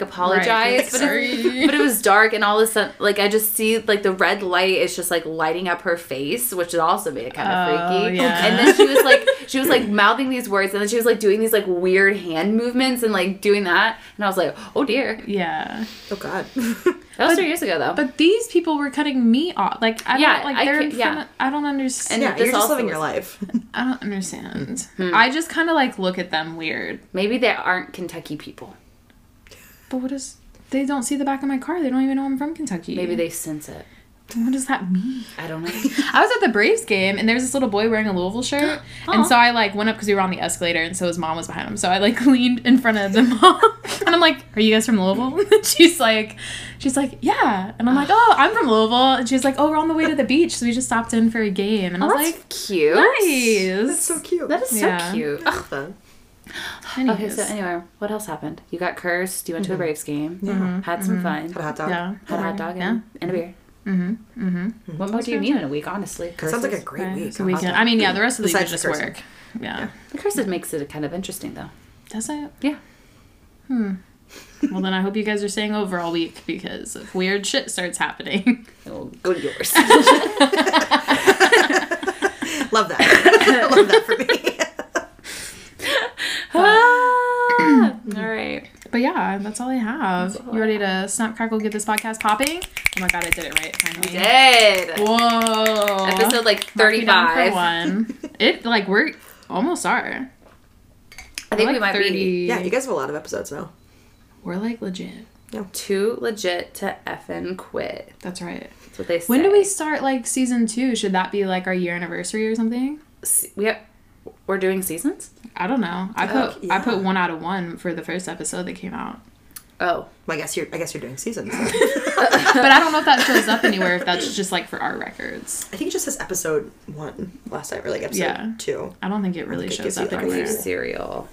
Speaker 2: Right.
Speaker 1: apologize, but, it,
Speaker 2: Sorry.
Speaker 1: but it was dark, and all of a sudden, like, I just see like the red light is just like lighting up her face, which also made it kind of
Speaker 2: Oh,
Speaker 1: freaky.
Speaker 2: yeah.
Speaker 1: And then she was like, she was like mouthing these words, and then she was like doing these like weird hand movements and like doing that, and I was like, oh dear,
Speaker 2: Yeah,
Speaker 3: Oh god.
Speaker 1: that was three years ago though.
Speaker 2: but these people were cutting me off. Like, I
Speaker 1: Yeah,
Speaker 2: don't like.
Speaker 1: I
Speaker 2: They're
Speaker 1: can't-
Speaker 2: in front
Speaker 1: yeah.
Speaker 2: of- I don't understand.
Speaker 1: And Hmm.
Speaker 3: yeah, you're
Speaker 1: this
Speaker 3: just
Speaker 1: also
Speaker 3: living your
Speaker 1: was-
Speaker 3: life.
Speaker 2: I don't understand. I just kind of like look at them weird.
Speaker 1: Maybe they aren't Kentucky people.
Speaker 2: But what is? They don't see the back of my car. They don't even know I'm from Kentucky.
Speaker 1: Maybe they sense it.
Speaker 2: What does that mean?
Speaker 1: I don't
Speaker 2: Oh,
Speaker 1: know.
Speaker 2: I was at the Braves game and there was this little boy wearing a Louisville shirt.
Speaker 1: Aw.
Speaker 2: and so I like went up because we were on the escalator and so his mom was behind him. So I like leaned in front of the mom and I'm like, Are you guys from Louisville? And she's like she's like, Yeah. And I'm like, Oh, I'm from Louisville. And she's like, Oh, we're on the way to the beach. So we just stopped in for a game. And I
Speaker 1: Oh,
Speaker 2: was
Speaker 1: that's
Speaker 2: like,
Speaker 1: cute.
Speaker 2: Nice.
Speaker 3: That's so cute.
Speaker 1: That is so
Speaker 2: Yeah.
Speaker 1: cute. Ugh.
Speaker 3: Fun.
Speaker 1: Okay,
Speaker 2: Anyways. Mm-hmm.
Speaker 1: so anyway, what else happened? You got cursed. You went to a Braves game. Had some fun.
Speaker 3: Had a hot dog.
Speaker 2: yeah.
Speaker 1: Had a hot dog
Speaker 2: Mm-hmm. Yeah.
Speaker 1: and, and a beer. Mm-hmm. What more do you need in a week, honestly?
Speaker 3: That sounds like a
Speaker 1: Curses.
Speaker 3: great
Speaker 2: Right,
Speaker 3: week.
Speaker 2: so
Speaker 3: a
Speaker 2: we
Speaker 3: hot
Speaker 2: can,
Speaker 3: dog.
Speaker 2: I mean, yeah, the rest of the week
Speaker 3: Besides
Speaker 2: is
Speaker 3: the
Speaker 2: just
Speaker 3: cursing.
Speaker 2: work. Yeah.
Speaker 1: The curses makes it kind of interesting, though.
Speaker 2: Does it? Hmm.
Speaker 1: Yeah.
Speaker 2: Well, then I hope you guys are staying over all week because if weird shit starts happening.
Speaker 1: Well, go to yours.
Speaker 3: Love that. Love that for me.
Speaker 1: Ah! All right.
Speaker 2: But yeah, that's all I have. you ready to snap, crackle, get this podcast popping? Oh my god, I did it right finally.
Speaker 1: Did.
Speaker 2: Whoa.
Speaker 1: Episode like
Speaker 2: Mark me down for
Speaker 1: 35.
Speaker 2: one. It like we're almost are.
Speaker 1: I think
Speaker 2: We're, like,
Speaker 1: we might be
Speaker 3: Yeah, you guys have a lot of episodes now.
Speaker 2: We're like legit.
Speaker 1: too legit to effing quit.
Speaker 2: That's right.
Speaker 1: That's what they say.
Speaker 2: When do we start like season two? Should that be like our year anniversary or something?
Speaker 1: S- We have, we're doing seasons?
Speaker 2: I don't know. I put
Speaker 3: yeah.
Speaker 2: I put one out of one for the first episode that came out.
Speaker 1: Oh.
Speaker 3: Well, I guess you're. I guess you're doing seasons.
Speaker 2: But I don't know if that shows up anywhere if that's just like for our records.
Speaker 3: I think it just says episode one last night, or like episode
Speaker 2: Yeah.
Speaker 3: two.
Speaker 2: I don't think it really
Speaker 3: think it gives
Speaker 2: shows
Speaker 3: you,
Speaker 2: up
Speaker 3: like, a
Speaker 2: anywhere.
Speaker 3: few-
Speaker 1: Cereal.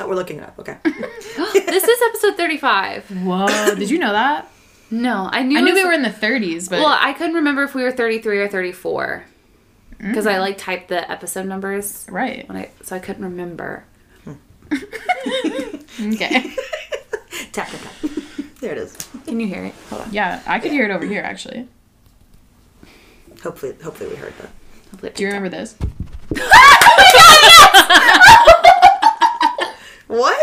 Speaker 3: Oh, we're looking it up. Okay.
Speaker 1: this is episode 35.
Speaker 2: Whoa, did you know that?
Speaker 1: No, I knew.
Speaker 2: I knew
Speaker 1: it was-
Speaker 2: we were in the 30s, but
Speaker 1: Well, I couldn't remember if we were 33 or 34 because I like typed the episode numbers
Speaker 2: right.
Speaker 1: when I so I couldn't remember.
Speaker 2: Okay.
Speaker 3: Tap, tap, tap. there it is.
Speaker 1: Can you hear it? Hold on.
Speaker 2: Yeah, I could hear it over here actually.
Speaker 3: Hopefully, hopefully we heard that.
Speaker 1: Hopefully it
Speaker 2: Do you
Speaker 1: picked up.
Speaker 2: remember this?
Speaker 3: What?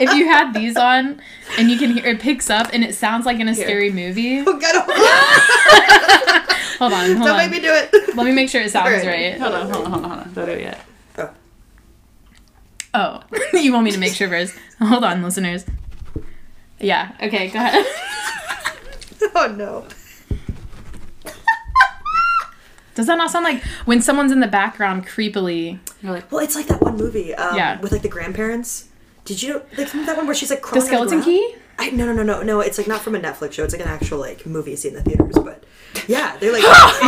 Speaker 2: If you had these on and you can hear it picks up and it sounds like in a scary movie.
Speaker 3: oh God! Oh,
Speaker 2: Hold on, hold
Speaker 3: don't
Speaker 2: on.
Speaker 3: make me do it.
Speaker 2: Let me make sure it sounds
Speaker 3: Alright.
Speaker 2: right.
Speaker 1: Hold on, hold on, hold on, hold on. Don't do it yet.
Speaker 3: Oh.
Speaker 2: Oh, you want me to make sure first? Hold on, listeners. Yeah. Okay. Go ahead.
Speaker 3: oh no!
Speaker 2: Does that not sound like when someone's in the background creepily?
Speaker 1: You're like,
Speaker 3: Well, it's like that one movie um,
Speaker 2: Yeah.
Speaker 3: with like the grandparents. Did you like that one where she's like
Speaker 2: The
Speaker 3: crawling on
Speaker 2: skeleton
Speaker 3: ground?
Speaker 2: key?
Speaker 3: I, no, no, no, no, no. It's like not from a Netflix show. It's like an actual like movie seen in the theaters. But yeah, they're like crawling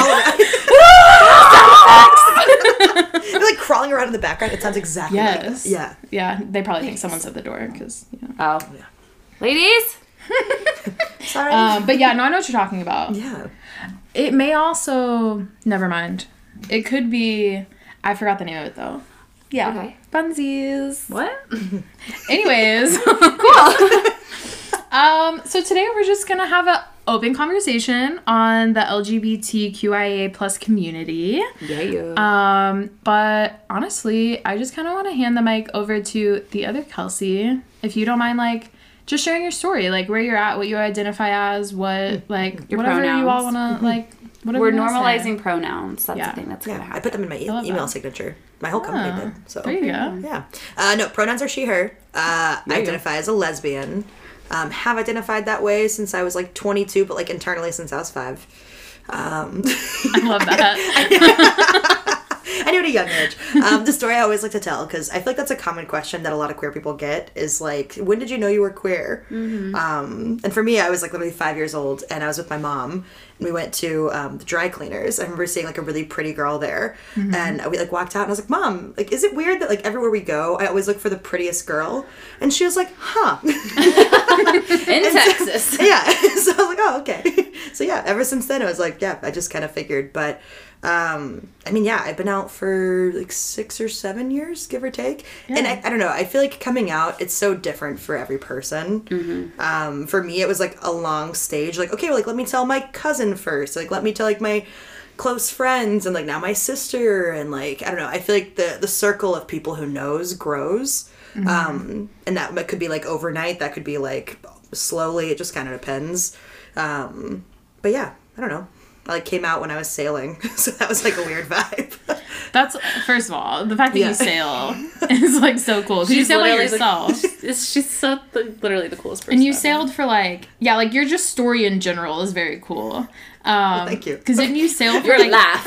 Speaker 3: around. they're like crawling around in the background. It sounds exactly like
Speaker 2: Yes.
Speaker 3: that. Yeah.
Speaker 2: Yeah. They probably think someone's at the door because. You know.
Speaker 1: oh, ladies.
Speaker 3: Sorry.
Speaker 2: Um, but yeah, no, I know what you're talking about.
Speaker 3: yeah.
Speaker 2: It may also. Never mind. It could be. I forgot the name of it though. Yeah.
Speaker 1: Okay.
Speaker 2: Bunsies.
Speaker 1: What?
Speaker 2: Anyways.
Speaker 1: Cool.
Speaker 2: Um, so today we're just gonna have an open conversation on the LGBTQIA plus community.
Speaker 1: yeah, you.
Speaker 2: Um, but honestly, I just kind of want to hand the mic over to the other Kelsey, if you don't mind, like just sharing your story, like where you're at, what you identify as, what like
Speaker 1: Your
Speaker 2: whatever you all want
Speaker 1: pronouns.
Speaker 2: to like. Whatever
Speaker 1: We're
Speaker 2: you wanna
Speaker 1: normalizing pronouns. That's
Speaker 2: Yeah.
Speaker 1: the thing that's gonna
Speaker 3: Yeah. I
Speaker 1: happen.
Speaker 3: put them in my e-
Speaker 2: love
Speaker 3: email
Speaker 2: that.
Speaker 3: signature. My whole company
Speaker 2: Ah,
Speaker 3: did. So
Speaker 2: Say. There you go.
Speaker 3: Yeah. Uh, no, pronouns are she, her. Uh, I identify as a lesbian. Um, have identified that way since I was like 22, but like internally since I was five. Um,
Speaker 2: I love that.
Speaker 3: I knew at a young age. Um, the story I always like to tell because I feel like that's a common question that a lot of queer people get is like, when did you know you were queer? Um, and for me, I was like literally five years old, and I was with my mom, and we went to um, the dry cleaners. I remember seeing like a really pretty girl there, and we like walked out, and I was like, Mom, like, is it weird that like everywhere we go, I always look for the prettiest girl? And she was like, Huh.
Speaker 1: In Texas.
Speaker 3: yeah. So I was like, oh, okay. So yeah, ever since then, I was like, yeah, I just kind of figured. But um, I mean, yeah, I've been out for like six or seven years, give or take. And I, I don't know. I feel like coming out, it's so different for every person. Um, for me, it was like a long stage. Like, okay, well, like let me tell my cousin first. Like, let me tell like my close friends and like now my sister and like i don't know i feel like the the circle of people who knows grows um and that that could be like overnight that could be like slowly it just kind of depends um but yeah i don't know i like came out when i was sailing so that was like a weird vibe
Speaker 2: That's first of all, the fact that
Speaker 3: Yeah.
Speaker 2: you sail is like so cool. 'cause you
Speaker 1: She's
Speaker 2: sail by
Speaker 1: literally, like-
Speaker 2: yourself.
Speaker 1: She's, she's so the, literally the coolest person.
Speaker 2: And you sailed for like yeah, like your just story in general is very cool. Um,
Speaker 3: thank you.
Speaker 2: Because didn't you sail for
Speaker 1: Your
Speaker 2: like
Speaker 1: laugh.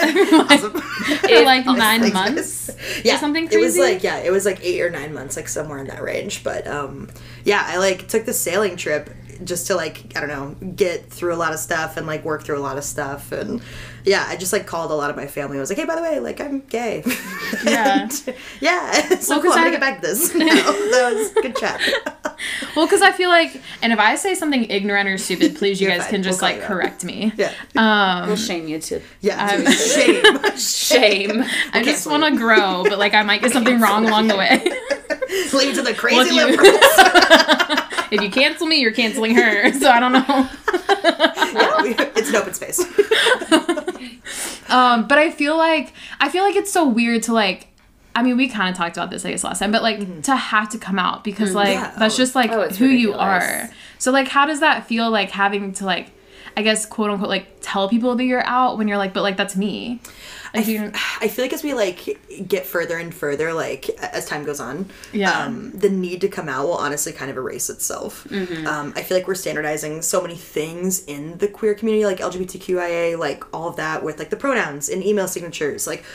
Speaker 2: for like nine
Speaker 3: Like
Speaker 2: months?
Speaker 3: this. yeah
Speaker 2: something
Speaker 3: it was
Speaker 2: crazy?
Speaker 3: like yeah it was like eight or nine months like somewhere in that range but um yeah i like took the sailing trip just to like i don't know get through a lot of stuff and like work through a lot of stuff and yeah i just like called a lot of my family i was like hey by the way like i'm gay
Speaker 2: Yeah.
Speaker 3: And, yeah so
Speaker 2: Well, 'cause
Speaker 3: cool i'm
Speaker 2: I-
Speaker 3: gonna get back to this No, that was good chat
Speaker 2: Well, because I feel like, and if I say something ignorant or stupid, please you
Speaker 3: You're
Speaker 2: guys
Speaker 3: fine.
Speaker 2: can just
Speaker 3: We'll call
Speaker 2: like
Speaker 3: you out.
Speaker 2: correct me.
Speaker 3: yeah
Speaker 2: Um,
Speaker 1: We'll shame you to
Speaker 3: yeah
Speaker 2: I'm-
Speaker 3: shame
Speaker 1: shame.
Speaker 2: I just
Speaker 3: cancel
Speaker 2: want to grow, but like I might get something wrong along the way.
Speaker 3: lead to the
Speaker 2: Well, if
Speaker 3: crazy
Speaker 2: you-
Speaker 3: liberals
Speaker 2: if you cancel me, you're canceling her. So I don't know.
Speaker 3: yeah, we- it's an open space
Speaker 2: Um, but I feel like I feel like it's so weird to like. I mean, we kind of talked about this, I guess, last time, but like to have to come out because like
Speaker 3: Yeah.
Speaker 2: that's just like
Speaker 1: Oh, it's
Speaker 2: who you
Speaker 1: ridiculous.
Speaker 2: are. So like, how does that feel like having to like, I guess, quote unquote, like tell people that you're out when you're like, but like that's me. Like you.
Speaker 3: Mm, I feel like as we like get further and further, like as time goes on,
Speaker 2: Yeah.
Speaker 3: um, the need to come out will honestly kind of erase itself. Um, I feel like we're standardizing so many things in the queer community, like LGBTQIA, like all of that, with like the pronouns and email signatures, like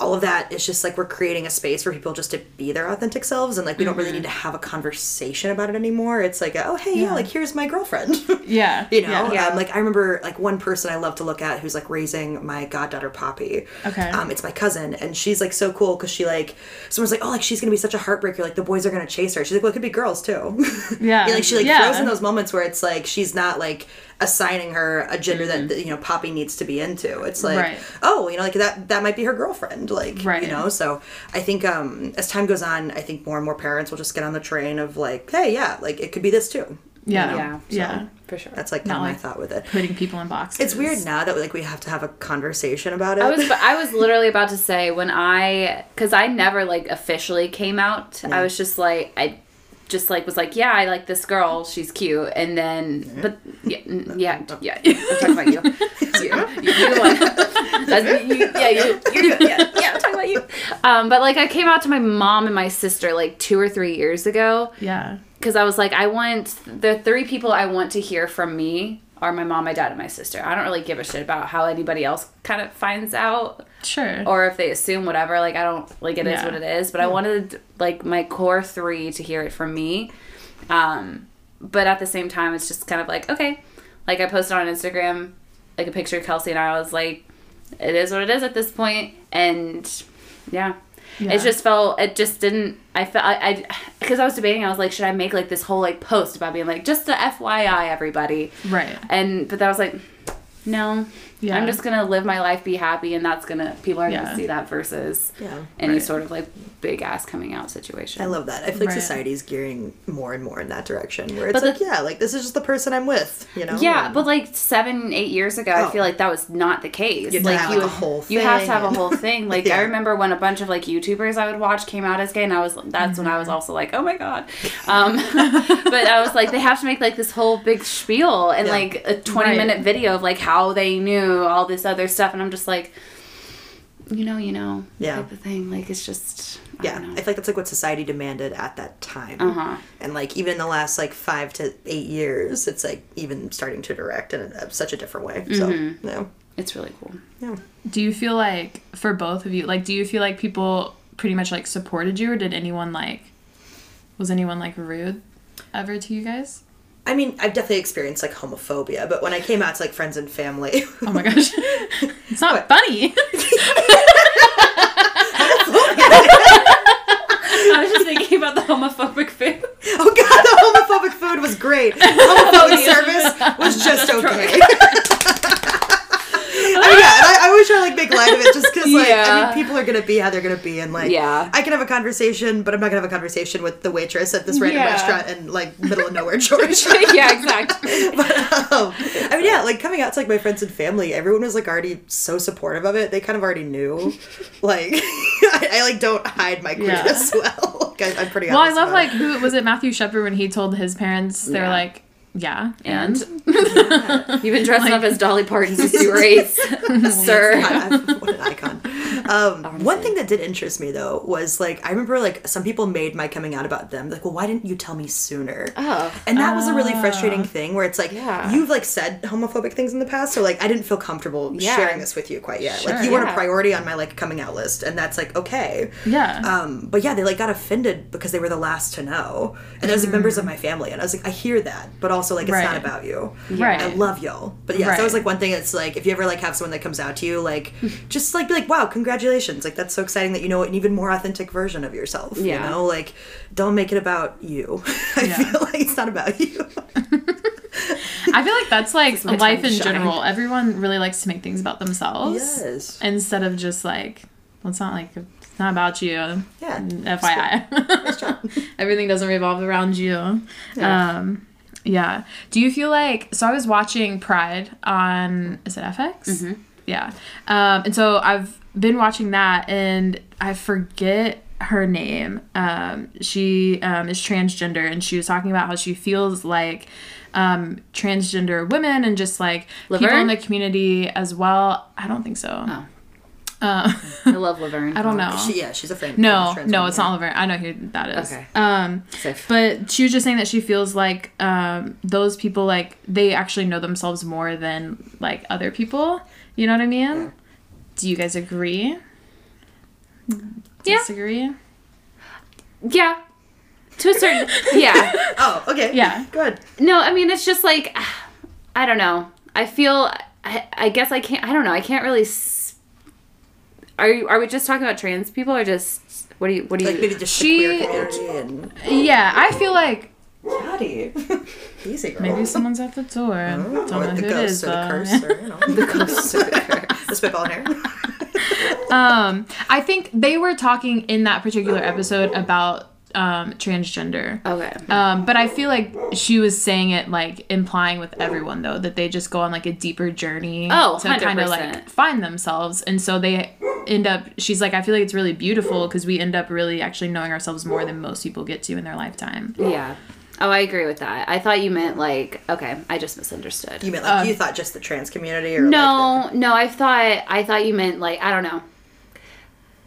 Speaker 3: all of that is just like we're creating a space for people just to be their authentic selves and like we don't really need to have a conversation about it anymore it's like oh hey yeah, like here's my girlfriend
Speaker 2: Yeah.
Speaker 3: you know
Speaker 1: Yeah.
Speaker 3: Um, like i remember like one person i love to look at who's like raising my goddaughter poppy
Speaker 2: Okay.
Speaker 3: um it's my cousin and she's like so cool because she like someone's like oh like she's gonna be such a heartbreaker like the boys are gonna chase her she's like well it could be girls too
Speaker 2: Yeah.
Speaker 3: like she like
Speaker 2: Yeah.
Speaker 3: throws in those moments where it's like she's not like assigning her a gender that you know Poppy needs to be into. It's like
Speaker 2: Mm-hmm. Right.
Speaker 3: oh, you know, like that that might be her girlfriend, like
Speaker 2: Right.
Speaker 3: you know. So I think um as time goes on, I think more and more parents will just get on the train of like, hey, yeah, like it could be this too.
Speaker 2: Yeah.
Speaker 1: Yeah,
Speaker 2: Yeah.
Speaker 1: so- for sure.
Speaker 3: That's like kind of
Speaker 2: Not
Speaker 3: my
Speaker 2: like-
Speaker 3: thought with it.
Speaker 2: Putting people in boxes.
Speaker 3: It's weird now that like we have to have a conversation about it.
Speaker 1: I was I was literally about to say when I because I never like officially came out. I was just like I just like was like yeah I like this girl she's cute and then but yeah n- yeah yeah I'm talking about you you you, you the one. That's- you- yeah you you're good. yeah yeah I'm talking about you um but like I came out to my mom and my sister like two or three years ago
Speaker 2: Yeah.
Speaker 1: because I was like, I want the three people I want to hear from me are my mom, my dad, and my sister. I don't really give a shit about how anybody else kind of finds out
Speaker 2: Sure.
Speaker 1: or if they assume whatever. Like, I don't like it is
Speaker 2: Yeah.
Speaker 1: what it is, but I wanted like my core three to hear it from me. Um, but at the same time, it's just kind of like, okay, like I posted on Instagram like a picture of Kelsey and I I was like, it is what it is at this point, and yeah.
Speaker 2: Yeah.
Speaker 1: It just felt it just didn't I felt I because I, was debating I was like should I make like this whole like post about being like just the FYI everybody
Speaker 2: Right.
Speaker 1: and but that was like no
Speaker 2: Yeah.
Speaker 1: I'm just gonna live my life be happy and that's gonna people are
Speaker 2: Yeah.
Speaker 1: gonna see that versus
Speaker 3: Yeah.
Speaker 1: any
Speaker 2: Right.
Speaker 1: sort of like big ass coming out situation
Speaker 3: I love that. I feel like
Speaker 2: Right.
Speaker 3: society's gearing more and more in that direction where it's
Speaker 1: But the-
Speaker 3: like, yeah, like this is just the person I'm with, you know?
Speaker 1: Yeah,
Speaker 3: And-
Speaker 1: but like seven, eight years ago,
Speaker 3: Oh.
Speaker 1: I feel like that was not the case.
Speaker 3: You had to
Speaker 1: like
Speaker 3: have,
Speaker 1: you,
Speaker 3: like, a whole
Speaker 1: you have to have a
Speaker 3: thing.
Speaker 1: whole thing. Like
Speaker 3: Yeah.
Speaker 1: I remember when a bunch of like YouTubers I would watch came out as gay, and I was that's when I
Speaker 3: Mm-hmm.
Speaker 1: was also like, oh my god. Um, but I was like, they have to make like this whole big spiel and
Speaker 3: Yeah.
Speaker 1: like a twenty
Speaker 2: Right.
Speaker 1: minute video of like how they knew all this other stuff, and I'm just like, you know, you know,
Speaker 3: Yeah.
Speaker 1: type of thing. Like it's just I
Speaker 3: Yeah,
Speaker 1: don't
Speaker 3: I
Speaker 1: know.
Speaker 3: feel like that's like what society demanded at that time.
Speaker 1: Uh-huh.
Speaker 3: And like even in the last like five to eight years, it's like even starting to direct in a, such a different way. So
Speaker 1: Mm-hmm.
Speaker 3: yeah,
Speaker 1: It's really cool.
Speaker 3: yeah.
Speaker 2: Do you feel like for both of you, like, do you feel like people pretty much like supported you, or did anyone like, was anyone like rude ever to you guys?
Speaker 3: I mean, I've definitely experienced like homophobia, but when I came out to like friends and family,
Speaker 2: Oh my gosh, it's not funny.
Speaker 1: I was just thinking about the homophobic food.
Speaker 3: oh god, the homophobic food was great. Homophobic service was just okay. I mean, yeah, and I, I always try to like make light of it just because like I
Speaker 1: Yeah.
Speaker 3: mean people are gonna be how they're gonna be and like
Speaker 1: Yeah.
Speaker 3: I can have a conversation, but I'm not gonna have a conversation with the waitress at this random
Speaker 1: Yeah.
Speaker 3: restaurant in like middle of nowhere, Georgia.
Speaker 1: yeah, exactly.
Speaker 3: but um, I mean, yeah, like coming out to like my friends and family, everyone was like already so supportive of it. They kind of already knew. Like, I, I like don't hide my queerness well. Like, I, am pretty.
Speaker 2: well, I
Speaker 3: honest
Speaker 2: love
Speaker 3: about
Speaker 2: like
Speaker 3: it.
Speaker 2: who was it? Matthew Shepard when he told his parents, they're
Speaker 1: Yeah.
Speaker 2: like, yeah,
Speaker 1: And you've been dressing up as Dolly Parton since you were eight, sir.
Speaker 3: God, I've- what an icon. Um, one thing that did interest me though was like I remember like some people made my coming out about them like well why didn't you tell me sooner
Speaker 1: Oh.
Speaker 3: and that was a really frustrating thing where it's like
Speaker 1: Ah. Yeah.
Speaker 3: you've like said homophobic things in the past so like I didn't feel comfortable
Speaker 1: Yeah.
Speaker 3: sharing this with you quite yet like
Speaker 2: Sure.
Speaker 3: you weren't a
Speaker 1: Yeah.
Speaker 3: priority on my like coming out list and that's like okay
Speaker 2: yeah,
Speaker 3: um, but yeah, they like got offended because they were the last to know, and those like members of my family. And I was like, I hear that, but also like it's not
Speaker 2: Mm-hmm. Right.
Speaker 3: about you.
Speaker 2: Right.
Speaker 3: I love y'all, but yeah, so that was
Speaker 2: Right.
Speaker 3: like one thing. It's like if you ever like have someone that comes out to you, like just like be like, wow, congratulations! Like that's so exciting that you know an even more authentic version of yourself.
Speaker 1: Yeah.
Speaker 3: You know, like don't make it about you. I
Speaker 2: Yeah.
Speaker 3: feel like it's not about you.
Speaker 2: I feel like that's like
Speaker 1: my
Speaker 2: life
Speaker 1: time
Speaker 2: in
Speaker 1: to shine.
Speaker 2: general. Everyone really likes to make things about themselves
Speaker 3: Yes.
Speaker 2: instead of just like, well, it's not like it's not about you.
Speaker 3: Yeah.
Speaker 2: FYI, everything doesn't revolve around you. Yeah. Um, yeah. Do you feel like so? I was watching Pride on is it FX? Yeah. Um, and so I've been watching that, and I forget her name. Um, she um, is transgender, and she was talking about how she feels like um, transgender women and just like people
Speaker 1: Laverne?
Speaker 2: in the community as well. I don't think so.
Speaker 1: I love Laverne.
Speaker 2: I don't know.
Speaker 3: She, yeah, she's a friend.
Speaker 2: No, no, it's not Oliver. I know who that is.
Speaker 1: Okay.
Speaker 2: Um,
Speaker 1: Safe.
Speaker 2: but she was just saying that she feels like um, those people, like they actually know themselves more than like other people. You know what I mean? Do you guys agree?
Speaker 1: Yeah.
Speaker 2: Disagree?
Speaker 1: Yeah. To a certain yeah.
Speaker 3: Oh, okay.
Speaker 2: Yeah.
Speaker 3: Go ahead.
Speaker 1: No, I mean it's just like I don't know. I feel I, I guess I can't I don't know. I can't really s- Are you are we just talking about trans people or just what do you what do you
Speaker 3: Like maybe just
Speaker 2: She-
Speaker 3: the queer community and
Speaker 2: Yeah, I feel like
Speaker 3: Howdy. Easy girl.
Speaker 2: maybe someone's at the door. Don't know
Speaker 3: Or
Speaker 2: who
Speaker 3: the
Speaker 2: it
Speaker 3: ghost
Speaker 2: is
Speaker 3: or the
Speaker 2: though.
Speaker 3: curse or you know the ghost or the curse. The spitball in here.
Speaker 2: um, I think they were talking in that particular episode about um, transgender.
Speaker 1: Okay.
Speaker 3: Oh.
Speaker 2: Um, but I feel like she was saying it like implying with everyone though that they just go on like a deeper journey
Speaker 1: Oh,
Speaker 2: to kind of
Speaker 1: 100%.
Speaker 2: like find themselves, and so they end up. She's like, I feel like it's really beautiful because we end up really actually knowing ourselves more than most people get to in their lifetime.
Speaker 1: Yeah. Oh, I agree with that. I thought you meant like okay, I just misunderstood.
Speaker 3: You meant like you thought just the trans community or
Speaker 1: no, no, I thought I thought you meant like I don't know.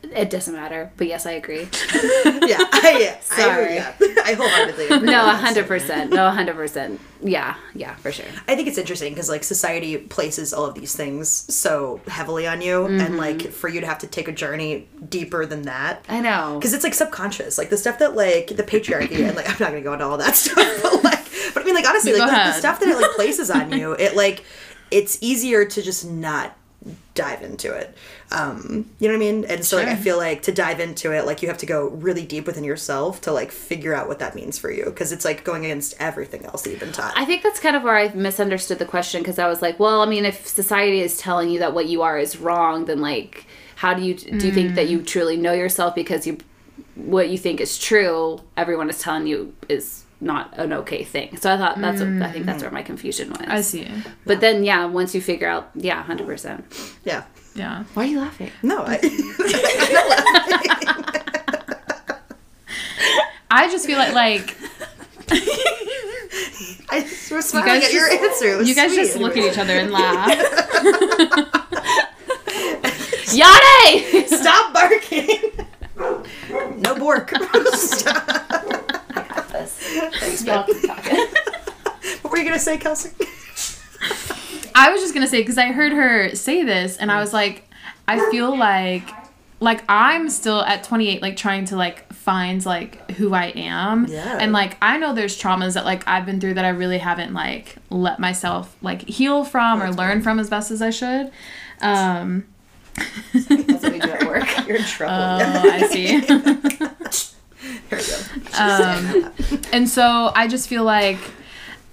Speaker 1: It doesn't matter, but yes, I agree.
Speaker 3: Like the, yeah. I, yeah.
Speaker 1: Sorry.
Speaker 3: I, yeah. I wholeheartedly agree.
Speaker 1: No,
Speaker 3: with that
Speaker 1: hundred percent. No, hundred percent. Yeah, yeah, for sure.
Speaker 3: I think it's interesting because like society places all of these things so heavily on you, and like for you to have to take a journey deeper than that.
Speaker 1: I know.
Speaker 3: Because it's like subconscious, like the stuff that like the patriarchy and like I'm not gonna go into all that stuff, but like, but I mean like honestly, like
Speaker 2: Go
Speaker 3: the, the
Speaker 2: ahead.
Speaker 3: stuff that it like places on you, it like it's easier to just not dive into it. Um, you know what I mean? And so like I feel like to dive into it, like you have to go really deep within yourself to like figure out what that means for you, because it's like going against everything else that you've been taught.
Speaker 1: I think that's kind of where I misunderstood the question because I was like, well, I mean, if society is telling you that what you are is wrong, then like, how do you do you think that you truly know yourself because you what you think is true, everyone is telling you is not an okay thing. So I thought that's what, I think that's where my confusion was.
Speaker 2: I see.
Speaker 1: But then yeah, once you figure out, yeah, hundred percent.
Speaker 3: yeah.
Speaker 2: Yeah.
Speaker 1: Why are you laughing?
Speaker 3: No, I,
Speaker 2: I just feel like like
Speaker 3: I just was smiling
Speaker 2: guys
Speaker 3: at your
Speaker 2: just-
Speaker 3: answer. It was
Speaker 2: you guys
Speaker 3: sweet.
Speaker 2: just look at each other and laugh.
Speaker 1: Yare!
Speaker 3: Stop barking. no bork. Stop. What were you gonna say, Kelsey?
Speaker 2: I was just gonna say because I heard her say this and I was like, I feel like like I'm still at 28 like trying to like find like who I am.
Speaker 3: Yeah.
Speaker 2: And like I know there's traumas that like I've been through that I really haven't like let myself like heal from or learn from as best as I should. Um
Speaker 1: that's what we do at work.
Speaker 3: You're in trouble.
Speaker 2: oh, I see.
Speaker 3: There you go.
Speaker 2: um, and so I just feel like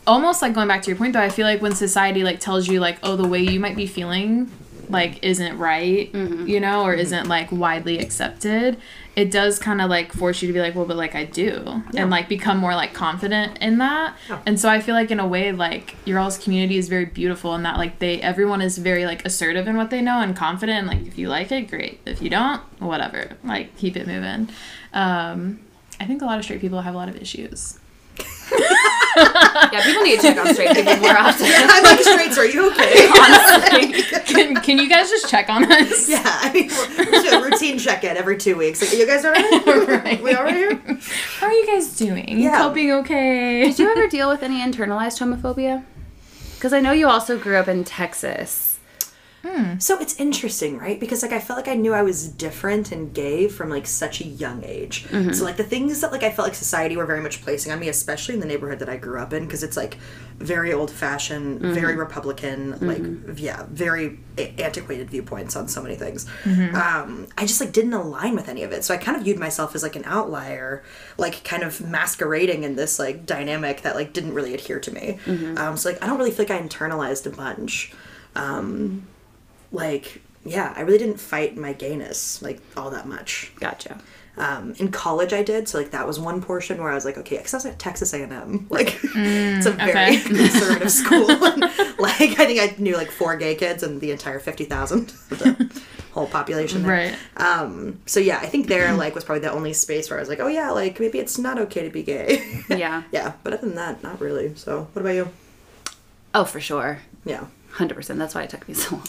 Speaker 2: almost like going back to your point though I feel like when society like tells you like oh the way you might be feeling like isn't right you know or isn't like widely accepted it does kind of like force you to be like well but like I do and like become more like confident in that and so I feel like in a way like your all's community is very beautiful in that like they everyone is very like assertive in what they know and confident and, like if you like it great if you don't whatever like keep it moving um I think a lot of straight people have a lot of issues.
Speaker 1: Yeah, people need to check on straight people more often.
Speaker 3: I'm like straight. so Are you okay?
Speaker 2: Can, can you guys just check on us?
Speaker 3: yeah. I mean, we're, we should do a routine check-in every two weeks. Like, you guys all right? We all right here?
Speaker 2: How are you guys doing?
Speaker 3: Yeah.
Speaker 2: Coping okay?
Speaker 1: Did you ever deal with any internalized homophobia? Because I know you also grew up in Texas.
Speaker 3: So it's interesting, right? Because like I felt like I knew I was different and gay from like such a young age. So like the things that like I felt like society were very much placing on me, especially in the neighborhood that I grew up in, because it's like very old fashioned, very Republican, like yeah, very a- antiquated viewpoints on so many things. Um, I just like didn't align with any of it. So I kind of viewed myself as like an outlier, like kind of masquerading in this like dynamic that like didn't really adhere to me. Um, so like I don't really feel like I internalized a bunch like yeah i really didn't fight my gayness like all that much
Speaker 1: Gotcha.
Speaker 3: um, in college i did so like that was one portion where i was like okay because i was at texas a&m like it's a very
Speaker 2: Mm, okay.
Speaker 3: conservative school and, like i think i knew like four gay kids and the entire 50000 of the whole population there.
Speaker 2: Right.
Speaker 3: um, so yeah i think there like was probably the only space where i was like oh yeah like maybe it's not okay to be gay
Speaker 1: Yeah.
Speaker 3: yeah but other than that not really so what about you
Speaker 1: Oh, for sure.
Speaker 3: yeah
Speaker 1: 100%. That's why it took me so long.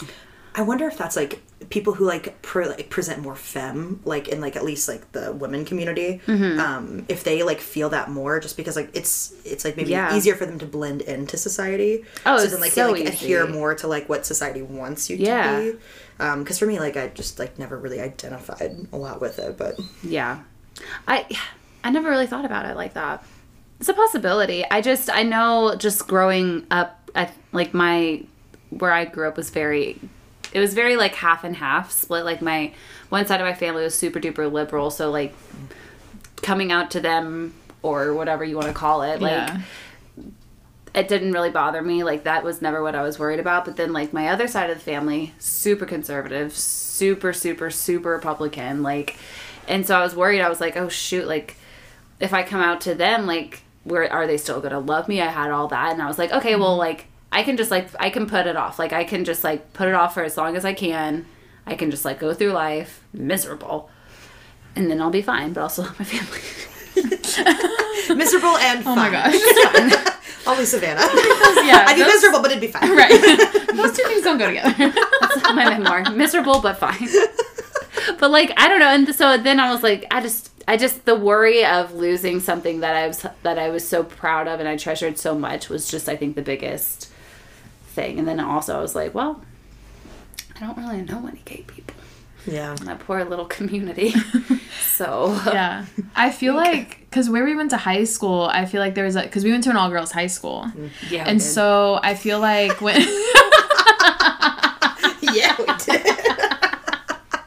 Speaker 3: I wonder if that's like people who like, pre- like present more femme, like in like at least like the women community. Um, if they like feel that more, just because like it's it's like maybe
Speaker 1: Yeah.
Speaker 3: easier for them to blend into society.
Speaker 1: Oh,
Speaker 3: so
Speaker 1: it's
Speaker 3: then like
Speaker 1: so
Speaker 3: they like adhere
Speaker 1: easy.
Speaker 3: more to like what society wants you
Speaker 1: Yeah.
Speaker 3: to be. Um, because for me, like I just like never really identified a lot with it, but
Speaker 1: Yeah. I I never really thought about it like that. It's a possibility. I just I know just growing up I like my where I grew up was very it was very like half and half split like my one side of my family was super duper liberal so like coming out to them or whatever you want to call it like
Speaker 2: yeah.
Speaker 1: it didn't really bother me. Like that was never what I was worried about. But then like my other side of the family, super conservative, super super super Republican. Like, and so I was worried. I was like, oh shoot, like if I come out to them, like where are they still gonna love me? I had all that, and I was like, okay, well like I can just like I can put it off. Like I can just like put it off for as long as I can. I can just like go through life miserable, and then I'll be fine. But also my family.
Speaker 3: miserable and fun.
Speaker 2: Oh my gosh.
Speaker 3: Always Savannah.
Speaker 2: yeah.
Speaker 3: I'd be
Speaker 2: those-
Speaker 3: miserable, but it'd be fine.
Speaker 2: right. Those two things don't go together.
Speaker 1: That's my memoir. Miserable but fine. But like I don't know, and so then I was like, I just, I just the worry of losing something that I was that I was so proud of and I treasured so much was just I think the biggest thing. And then also I was like, well, I don't really know any gay people
Speaker 3: Yeah.
Speaker 1: in that poor little community, so
Speaker 2: yeah. I feel like because where we went to high school, I feel like there was a because we went to an all girls high school,
Speaker 1: yeah.
Speaker 2: and so I feel like when
Speaker 3: Yeah, we did.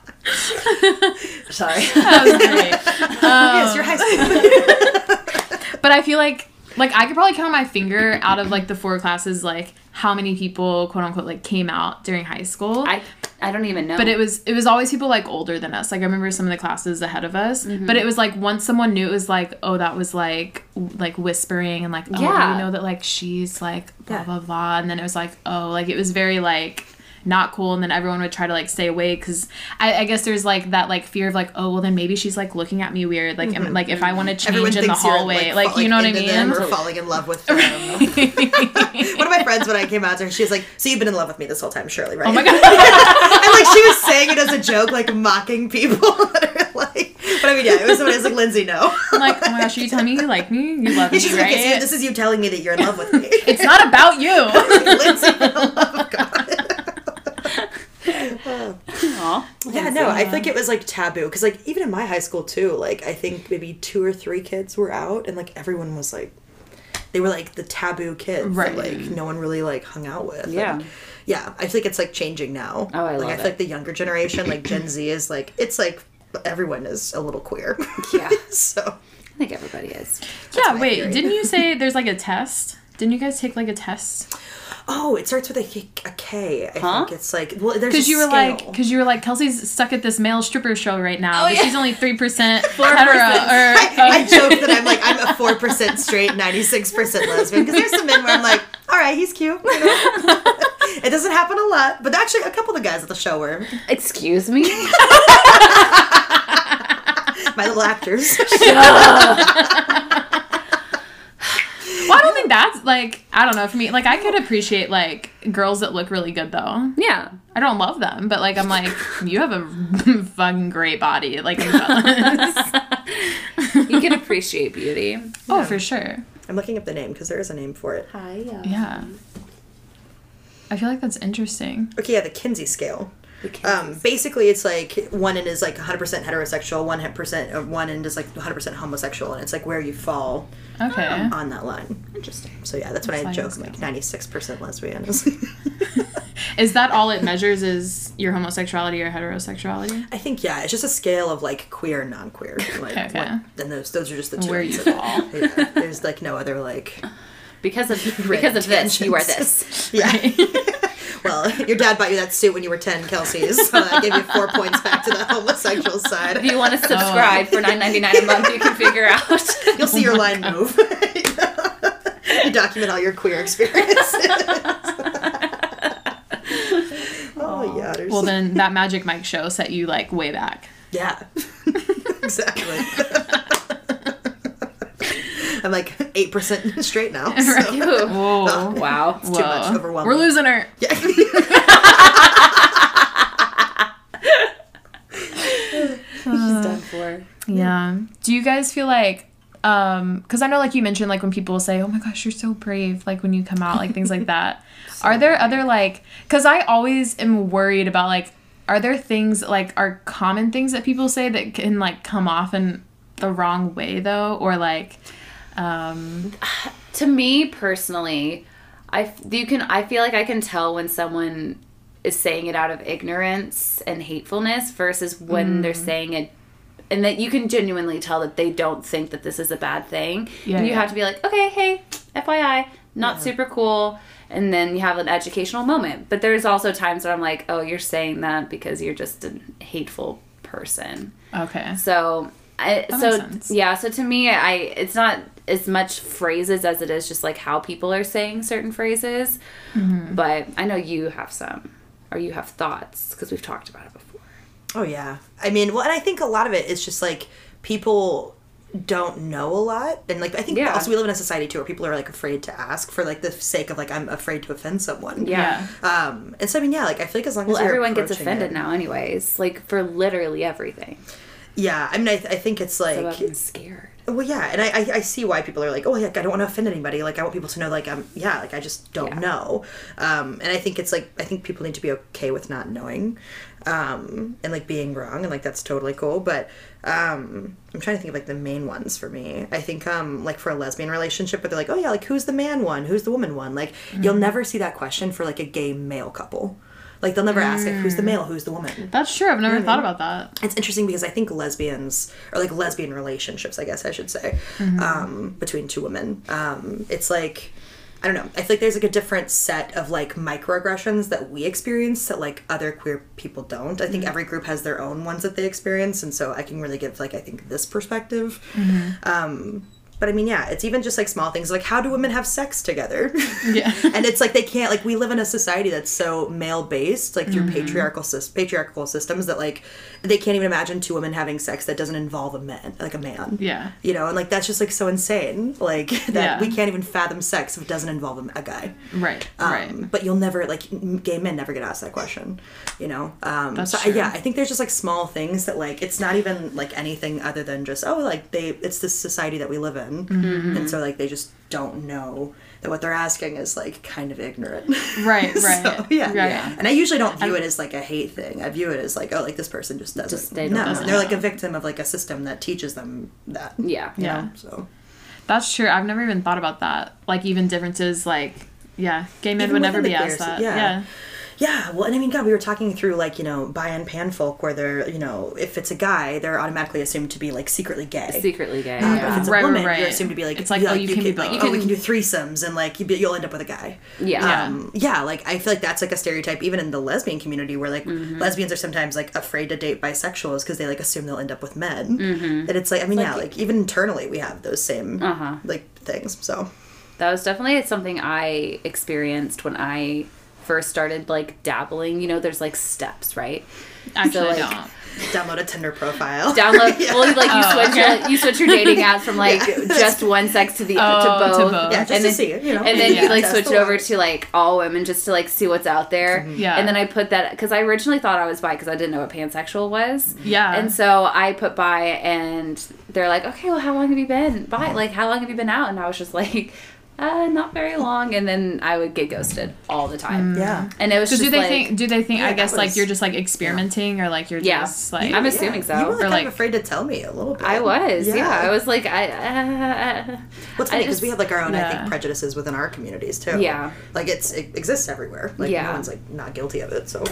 Speaker 3: Sorry.
Speaker 2: that was great.
Speaker 3: yes, your high school.
Speaker 2: But I feel like like I could probably count on my finger out of like the four classes like how many people quote unquote like came out during high school.
Speaker 1: I, I don't even know.
Speaker 2: but it was it was always people like older than us. Like I remember some of the classes ahead of us.
Speaker 3: Mm-hmm.
Speaker 2: But it was like once someone knew it was like, oh, that was like w- like whispering and like, oh,
Speaker 1: Yeah.
Speaker 2: you know that like she's like blah
Speaker 3: Yeah.
Speaker 2: blah blah. And then it was like, oh, like it was very like not cool. And then everyone would try to like stay away because I, I guess there's like that like fear of like, oh, well then maybe she's like looking at me weird. Like am- like if I want to change
Speaker 3: Mm-hmm. Everyone
Speaker 2: in the
Speaker 3: thinks
Speaker 2: hallway,
Speaker 3: you're
Speaker 2: like,
Speaker 3: like, falling
Speaker 2: you know what I
Speaker 3: into them
Speaker 2: mean?
Speaker 3: or falling in love with them. One of my friends, when I came out to her, she was like, "So you've been in love with me this whole time, Shirley, right?" Oh
Speaker 2: my God.
Speaker 3: and like she was saying it as a joke, like mocking people that are like. But I mean, yeah, it was somebody was like, "Lindsay, no."
Speaker 2: I'm like, oh my gosh, are you telling me you like me? You love me,
Speaker 3: She's like,
Speaker 2: right?
Speaker 3: "Okay, so this is you telling me that you're in love with me."
Speaker 2: it's not about you.
Speaker 3: Lindsay, for the love of God.
Speaker 1: Aw.
Speaker 3: Yeah, no, I think it was like taboo because like even in my high school too, like I think maybe two or three kids were out, and like everyone was like, they were like the taboo kids,
Speaker 2: Right.
Speaker 3: That, like no one really like hung out with.
Speaker 1: Yeah.
Speaker 3: And, yeah, I think it's like changing now.
Speaker 1: Oh, I
Speaker 3: like
Speaker 1: love
Speaker 3: I feel
Speaker 1: it.
Speaker 3: like the younger generation, like Gen Z, is like it's like everyone is a little queer.
Speaker 1: Yeah.
Speaker 3: so
Speaker 1: I think everybody is.
Speaker 2: Yeah,
Speaker 3: my
Speaker 2: wait,
Speaker 3: theory.
Speaker 2: didn't you say there's like a test? Didn't you guys take like a test?
Speaker 3: oh, it starts with a K. A K. I
Speaker 1: Huh?
Speaker 3: think it's like well, there's
Speaker 2: Because
Speaker 3: a
Speaker 2: you were like,
Speaker 3: scale.
Speaker 2: because you were like, Kelsey's stuck at this male stripper show right now.
Speaker 1: Oh,
Speaker 2: but
Speaker 1: yeah.
Speaker 2: She's only three percent hetero. Or
Speaker 3: I, I joke that I'm like I'm a four percent straight, ninety six percent lesbian because there's some men where I'm like, all right, he's cute. you know? it doesn't happen a lot, but actually, a couple of the guys at the show were
Speaker 1: Excuse me.
Speaker 3: my little actors.
Speaker 2: well, I don't think that's like I don't know for me. Like I could appreciate like girls that look really good though.
Speaker 1: yeah.
Speaker 2: I don't love them, but like I'm like you have a fucking great body. Like I'm jealous.
Speaker 1: You can appreciate beauty.
Speaker 2: oh, for sure.
Speaker 3: I'm looking up the name because there is a name for it.
Speaker 1: Hi.
Speaker 2: Yeah. I feel like that's interesting.
Speaker 3: Okay, yeah, the Kinsey scale. Um, basically, it's like one end is like 100% heterosexual, one percent of one end is like 100% homosexual, and it's like where you fall
Speaker 2: Okay.
Speaker 3: on that line.
Speaker 1: Interesting.
Speaker 3: So yeah, that's when I
Speaker 2: Sliding
Speaker 3: joke. I'm
Speaker 2: scale.
Speaker 3: like 96% lesbian.
Speaker 2: Is that all it measures? Is your homosexuality or heterosexuality?
Speaker 3: I think yeah, it's just a scale of like queer and non-queer. Like,
Speaker 2: Okay.
Speaker 3: what- then those those are just the two.
Speaker 2: Where
Speaker 3: ends
Speaker 2: you
Speaker 3: of it.
Speaker 2: fall.
Speaker 3: yeah, there's like no other like.
Speaker 1: Because of because of this, you are this.
Speaker 3: Yeah. well, your dad bought you that suit when you were ten, Kelsey. So that gave you four points back to the homosexual
Speaker 1: If
Speaker 3: side.
Speaker 1: you want to subscribe for nine ninety nine a month, you can figure out.
Speaker 3: You'll see your line move. you document all your queer experiences. oh yeah. There's...
Speaker 2: Well, then that Magic Mike show set you like way back.
Speaker 3: Yeah. exactly. I'm like 8% straight now. so-
Speaker 1: Ew.
Speaker 2: Whoa.
Speaker 1: Wow.
Speaker 3: too much overwhelming.
Speaker 2: We're losing her.
Speaker 3: Yeah.
Speaker 2: Yeah. Do you guys feel like um because I know like you mentioned like when people say, "Oh my gosh, you're so brave," like when you come out, like things like that. are there other like cuz I always am worried about like are there things like are common things that people say that can like come off in the wrong way though or like um
Speaker 1: to me personally i f- you can i feel like i can tell when someone is saying it out of ignorance and hatefulness versus when they're
Speaker 2: Mm.
Speaker 1: saying it and that you can genuinely tell that they don't think that this is a bad thing
Speaker 2: Yeah,
Speaker 1: and you
Speaker 2: yeah.
Speaker 1: have to be like okay hey fyi not super cool and then you have an educational moment but there's also times where i'm like oh you're saying that because you're just a hateful person
Speaker 2: okay.
Speaker 1: so, I,
Speaker 2: That
Speaker 1: so
Speaker 2: makes sense.
Speaker 1: yeah. So to me, I it's not as much phrases as it is just like how people are saying certain phrases.
Speaker 2: Mm-hmm.
Speaker 1: But I know you have some, or you have thoughts because we've talked about it before.
Speaker 3: Oh yeah. I mean, well, and I think a lot of it is just like people don't know a lot, and like I think
Speaker 1: Yeah.
Speaker 3: also we live in a society too where people are like afraid to ask for like the sake of like I'm afraid to offend someone.
Speaker 1: Yeah.
Speaker 3: Um, and so I mean, yeah, like I feel like as long
Speaker 1: Well,
Speaker 3: as you're
Speaker 1: everyone gets
Speaker 3: approaching it-
Speaker 1: offended now, anyways. Like for literally everything.
Speaker 3: Yeah, I mean, I, I think it's like
Speaker 1: So I've been scared.
Speaker 3: Well, yeah, and I, I I see why people are like, oh, like I don't want to offend anybody. Like I want people to know, like I'm yeah, like I just don't
Speaker 1: Yeah.
Speaker 3: know. Um, and I think it's like I think people need to be okay with not knowing, um, and like being wrong, and like that's totally cool. But um, I'm trying to think of like the main ones for me. I think um like for a lesbian relationship, but they're like, oh yeah, like who's the man one, who's the woman one? Like you'll never see that question for like a gay male couple. Like they'll never ask like who's the male, who's the woman
Speaker 2: That's true. I've never thought about that.
Speaker 3: it's interesting because I think lesbians or like lesbian relationships, I guess I should say, um, between two women, um, it's like I don't know. I feel like there's like a different set of like microaggressions that we experience that like other queer people don't. I think every group has their own ones that they experience, and so I can really give like I think this perspective. Um, but I mean, yeah, it's even just like small things like how do women have sex together?
Speaker 2: Yeah.
Speaker 3: and it's like they can't like we live in a society that's so male based like
Speaker 2: Mm-hmm.
Speaker 3: through patriarchal sys- patriarchal systems that like they can't even imagine two women having sex that doesn't involve a man like a man
Speaker 2: Yeah.
Speaker 3: you know and like that's just like so insane like that
Speaker 2: Yeah.
Speaker 3: we can't even fathom sex if it doesn't involve a, a guy
Speaker 2: Right.
Speaker 3: um,
Speaker 2: right.
Speaker 3: But you'll never like m- gay men never get asked that question, you know. Um,
Speaker 2: That's
Speaker 3: so I-
Speaker 2: true.
Speaker 3: yeah, I think there's just like small things that like it's not even like anything other than just oh like they it's this society that we live in,
Speaker 2: Mm-hmm.
Speaker 3: and so like they just don't know that what they're asking is like kind of ignorant.
Speaker 2: Right, right.
Speaker 3: so, yeah.
Speaker 2: right.
Speaker 3: And I usually don't view it as like a hate thing. I view it as like oh like this person just doesn't
Speaker 1: Just they don't
Speaker 3: know.
Speaker 1: doesn't
Speaker 3: They're like a victim of like a system that teaches them that.
Speaker 1: Yeah.
Speaker 3: You
Speaker 2: Yeah.
Speaker 3: know? So.
Speaker 2: That's true. I've never even thought about that. Like even differences, like yeah, gay men
Speaker 3: Even
Speaker 2: would never
Speaker 3: within
Speaker 2: be
Speaker 3: the
Speaker 2: asked
Speaker 3: queer-
Speaker 2: that.
Speaker 3: yeah.
Speaker 2: Yeah.
Speaker 3: Yeah, well, and I mean, God, we were talking through like you know bi and pan folk, where they're you know if it's a guy, they're automatically assumed to be like secretly gay.
Speaker 1: Secretly gay.
Speaker 3: Um,
Speaker 1: yeah.
Speaker 3: If it's a
Speaker 2: Right, right,
Speaker 3: woman, you're
Speaker 2: right.
Speaker 3: assumed to be like
Speaker 2: It's like,
Speaker 3: yeah,
Speaker 2: oh, you can be
Speaker 3: like,
Speaker 2: both.
Speaker 3: oh, we can do threesomes, and like you be, you'll end up with a guy.
Speaker 1: Yeah. Yeah.
Speaker 3: Um, yeah, like I feel like that's like a stereotype even in the lesbian community where like
Speaker 2: Mm-hmm.
Speaker 3: lesbians are sometimes like afraid to date bisexuals because they like assume they'll end up with men.
Speaker 2: Mm-hmm.
Speaker 3: And it's like I mean, yeah, like even internally we have those same
Speaker 1: Uh-huh.
Speaker 3: like things. So
Speaker 1: that was definitely something I experienced when I first started like dabbling. You know, there's like steps, right?
Speaker 2: Actually,
Speaker 1: like,
Speaker 2: I don't.
Speaker 3: download a Tinder profile.
Speaker 1: download
Speaker 3: Yeah.
Speaker 1: well like you
Speaker 2: Oh,
Speaker 1: switch your, you switch your dating apps from like
Speaker 3: Yeah.
Speaker 1: just one sex to the
Speaker 2: Oh,
Speaker 1: to
Speaker 2: to
Speaker 1: both,
Speaker 2: both.
Speaker 3: yeah, just
Speaker 1: and
Speaker 3: to
Speaker 1: then,
Speaker 3: see it, you know.
Speaker 1: and then
Speaker 2: Yeah.
Speaker 1: you like
Speaker 3: Test the Mm-hmm.
Speaker 1: switch it over
Speaker 3: waters.
Speaker 1: to like all women just to like see what's out there
Speaker 2: Yeah.
Speaker 1: and then i put that because i originally thought i was bi because i didn't know what pansexual was
Speaker 2: Yeah.
Speaker 1: and so i put bi and they're like okay well how long have you been bi like how long have you been out and i was just like uh, not very long and then i would get ghosted all the time
Speaker 3: Yeah.
Speaker 1: and it was
Speaker 2: So
Speaker 1: just
Speaker 2: do they
Speaker 1: like
Speaker 2: think? Do they think?
Speaker 3: Yeah,
Speaker 2: I
Speaker 3: that
Speaker 2: guess like
Speaker 3: was-
Speaker 2: you're just like experimenting, or like you're
Speaker 1: Yeah.
Speaker 2: just like
Speaker 1: I'm
Speaker 3: Yeah.
Speaker 1: assuming so.
Speaker 3: You were like,
Speaker 1: Or,
Speaker 3: kind
Speaker 2: like-
Speaker 3: of afraid to tell me a little bit.
Speaker 1: I was, yeah. I was like, I. Uh,
Speaker 3: What's
Speaker 1: I
Speaker 3: funny because
Speaker 1: just-
Speaker 3: we have like our own, I
Speaker 2: yeah.
Speaker 3: think, prejudices within our communities too.
Speaker 1: Yeah.
Speaker 3: like it's it exists everywhere. Like
Speaker 1: Yeah.
Speaker 3: no one's like not guilty of it. So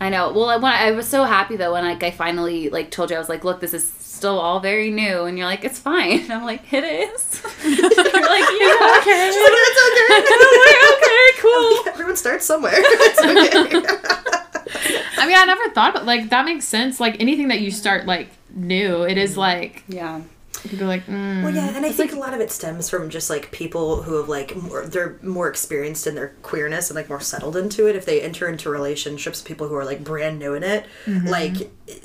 Speaker 1: I know. Well, I, when I was so happy though when like I finally like told you I was like, look, this is still all very new, and you're like, it's fine. And I'm like, it is. you're like, yeah, okay.
Speaker 3: She's like, "It's okay."
Speaker 1: I'm like, okay, cool.
Speaker 3: Everyone starts somewhere. It's okay.
Speaker 2: I mean, I never thought about like that makes sense. Like anything that you start like new, it is like
Speaker 1: Yeah.
Speaker 2: people are like mm,
Speaker 3: Well, yeah, and I think a lot of it stems from just like people who have like more, they're more experienced in their queerness and like more settled into it. If they enter into relationships with people who are like brand new in it,
Speaker 2: Mm-hmm.
Speaker 3: like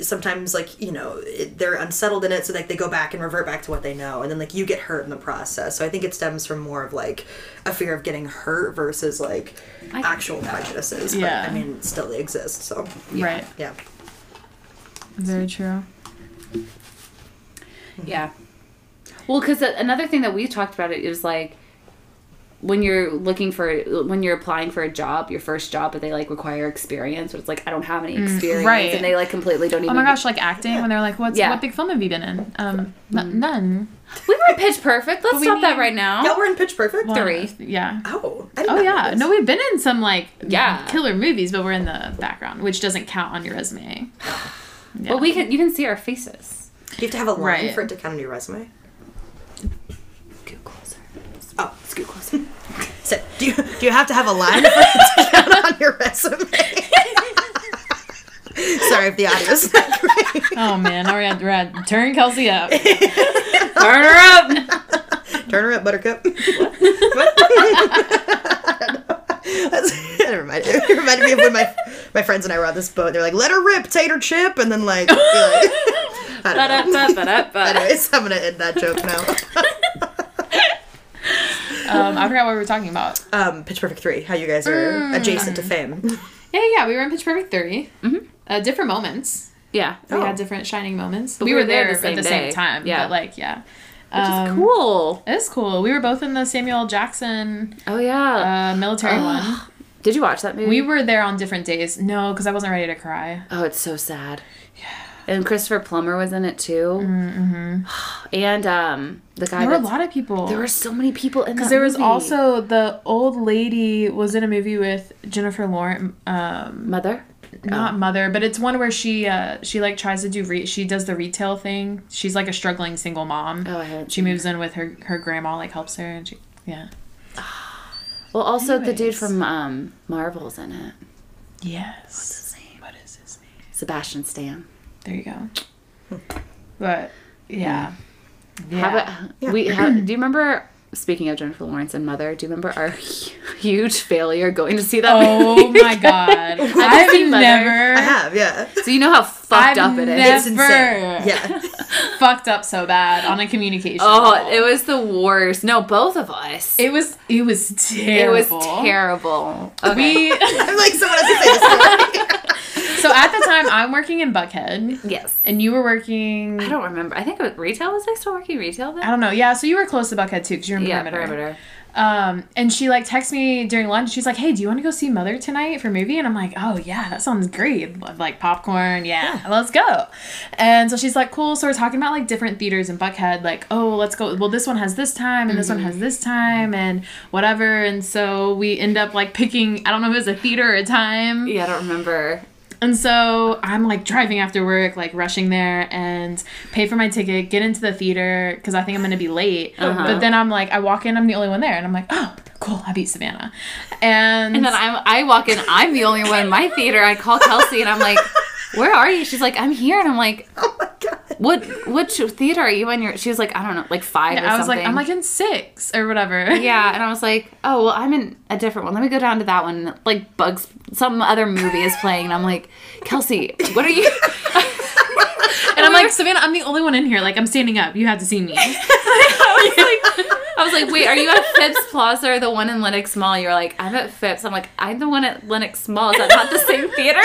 Speaker 3: sometimes like you know it, they're unsettled in it, so like they go back and revert back to what they know, and then like you get hurt in the process. So I think it stems from more of like a fear of getting hurt versus like actual prejudices.
Speaker 2: Yeah.
Speaker 3: But I mean, still they exist. So
Speaker 2: right.
Speaker 3: yeah.
Speaker 2: Very true.
Speaker 1: Yeah. Well, because another thing that we talked about it is like when you're looking for when you're applying for a job, your first job, but they like require experience. But it's like I don't have any experience,
Speaker 2: Mm. right.
Speaker 1: and they like completely don't even.
Speaker 2: Oh my gosh, like acting when they're like, "What's
Speaker 1: Yeah.
Speaker 2: what big film have you been in?" Um, n- none.
Speaker 1: we were at Pitch Perfect. Let's
Speaker 2: we
Speaker 1: stop that
Speaker 2: need-
Speaker 1: right now.
Speaker 3: Y'all were in Pitch Perfect?
Speaker 2: Well,
Speaker 1: Three.
Speaker 2: Yeah.
Speaker 3: Oh, I didn't
Speaker 2: Oh
Speaker 3: know
Speaker 2: yeah.
Speaker 3: this.
Speaker 2: No, we've been in some like
Speaker 1: Yeah.
Speaker 2: killer movies, but we're in the background, which doesn't count on your resume. Yeah.
Speaker 1: But we can you can see our faces.
Speaker 3: Do you have to have a line
Speaker 2: Right.
Speaker 3: for it to count on your resume?
Speaker 1: Scoot closer.
Speaker 3: Oh,
Speaker 1: Scoot closer.
Speaker 3: so do you, do you have to have a line for it to count on your resume? Sorry if the audio's not great.
Speaker 2: oh man, all right, right. Turn Kelsey up.
Speaker 1: Turn her up.
Speaker 3: Turn her up, Buttercup. What? That's- it, reminded, it reminded me of when my my friends and I were on this boat. They're like, "Let her rip, tater chip," and then like, I don't know.
Speaker 1: Ba-da-ba-ba-da-ba.
Speaker 3: Anyways, I'm gonna end that joke now.
Speaker 2: Um, I forgot what we were talking about.
Speaker 3: Um, Pitch Perfect three. How you guys are adjacent to fame.
Speaker 2: Yeah, yeah, we were in Pitch Perfect 3 Mm-hmm. Uh, different moments.
Speaker 1: Yeah.
Speaker 2: We
Speaker 3: Oh.
Speaker 2: had different shining moments.
Speaker 1: we were there the same
Speaker 2: at the
Speaker 1: day.
Speaker 2: same time.
Speaker 1: Yeah.
Speaker 2: But like, yeah.
Speaker 1: Which
Speaker 2: Um,
Speaker 1: is cool.
Speaker 2: It is cool. We were both in the Samuel L. Jackson
Speaker 1: Oh yeah.
Speaker 2: uh, military one.
Speaker 1: Did you watch that movie?
Speaker 2: We were there on different days. No, because I wasn't ready to cry.
Speaker 1: Oh, it's so sad. Yeah. And Christopher Plummer was in it too. Mm-hmm. And um, the
Speaker 2: Mm,
Speaker 1: guy.
Speaker 2: There were a
Speaker 1: that's-
Speaker 2: lot of people.
Speaker 1: There were so many people in that.
Speaker 2: There was
Speaker 1: movie.
Speaker 2: also the old lady was in a movie with Jennifer Lawrence, um,
Speaker 1: mother. Oh.
Speaker 2: not mother, but it's one where she uh, she like tries to do re- she does the retail thing. She's like a struggling single mom.
Speaker 1: Oh, I haven't.
Speaker 2: She moves in with her her grandma, like helps her, and she yeah
Speaker 1: Well, also the dude
Speaker 2: Anyways.
Speaker 1: from um, Marvel's in it.
Speaker 2: yes. What is his name?
Speaker 1: Sebastian Stan.
Speaker 2: There you go. But yeah, yeah.
Speaker 1: Hmm. How about we? How, do you remember? Speaking of Jennifer Lawrence and Mother, do you remember our hu- huge failure going to see that
Speaker 2: oh
Speaker 1: movie?
Speaker 2: my god!
Speaker 1: seen
Speaker 2: I've
Speaker 1: Mother.
Speaker 2: never.
Speaker 3: I have, yeah.
Speaker 1: so you know how
Speaker 2: I've
Speaker 1: fucked up it is.
Speaker 2: never-
Speaker 3: It's insane. Yeah.
Speaker 2: fucked up so bad on a communication.
Speaker 1: Oh,
Speaker 2: level.
Speaker 1: it was the worst. No, both of us.
Speaker 2: it was it was
Speaker 1: It
Speaker 2: terrible.
Speaker 1: was terrible. Okay.
Speaker 2: We
Speaker 3: I'm like, someone has to say this.
Speaker 2: so at the time I'm working in Buckhead
Speaker 1: yes.
Speaker 2: and you were working.
Speaker 1: I don't remember. I think it was retail. Was I still working retail then?
Speaker 2: I don't know. Yeah, so you were close to Buckhead too, because you're in
Speaker 1: Yeah,
Speaker 2: perimeter.
Speaker 1: perimeter.
Speaker 2: Um, and she like texted me during lunch. She's like, "Hey, do you want to go see Mother tonight for a movie?" And I'm like, "Oh yeah, that sounds great. Love, like popcorn. Yeah, let's go." And so she's like, "Cool." So we're talking about like different theaters in Buckhead. Like, oh, let's go. Well, this one has this time, and this one
Speaker 1: Mm-hmm.
Speaker 2: has this time, and whatever. And so we end up like picking. I don't know if it was a theater or a time.
Speaker 1: Yeah, I don't remember.
Speaker 2: And so I'm like driving after work, like rushing there and pay for my ticket, get into the theater because I think I'm going to be late. But then I'm like, I walk in, I'm the only one there. And I'm like, oh, cool, I beat Savannah. And,
Speaker 1: And then I'm, I walk in. I'm the only one in my theater. I call Kelsey and I'm like, "Where are you?" She's like, "I'm here." And I'm like,
Speaker 3: Oh my god.
Speaker 1: "What? Which theater are you in?" Your she was like, "I don't know, like five or
Speaker 2: I was
Speaker 1: something."
Speaker 2: like, I'm like in six or whatever.
Speaker 1: "Yeah." And I was like, "Oh well, I'm in a different one. Let me go down to that one." Like Bugs, some other movie is playing, and I'm like, "Kelsey, what are you?"
Speaker 2: And I'm like, Savannah, I'm the only one in here. Like, I'm standing up. You had to see me.
Speaker 1: I was like, wait, are you at Phipps Plaza or the one in Lenox Mall? You're like, I'm at Phipps. I'm like, I'm the one at Lenox Mall. Is that not the same theater?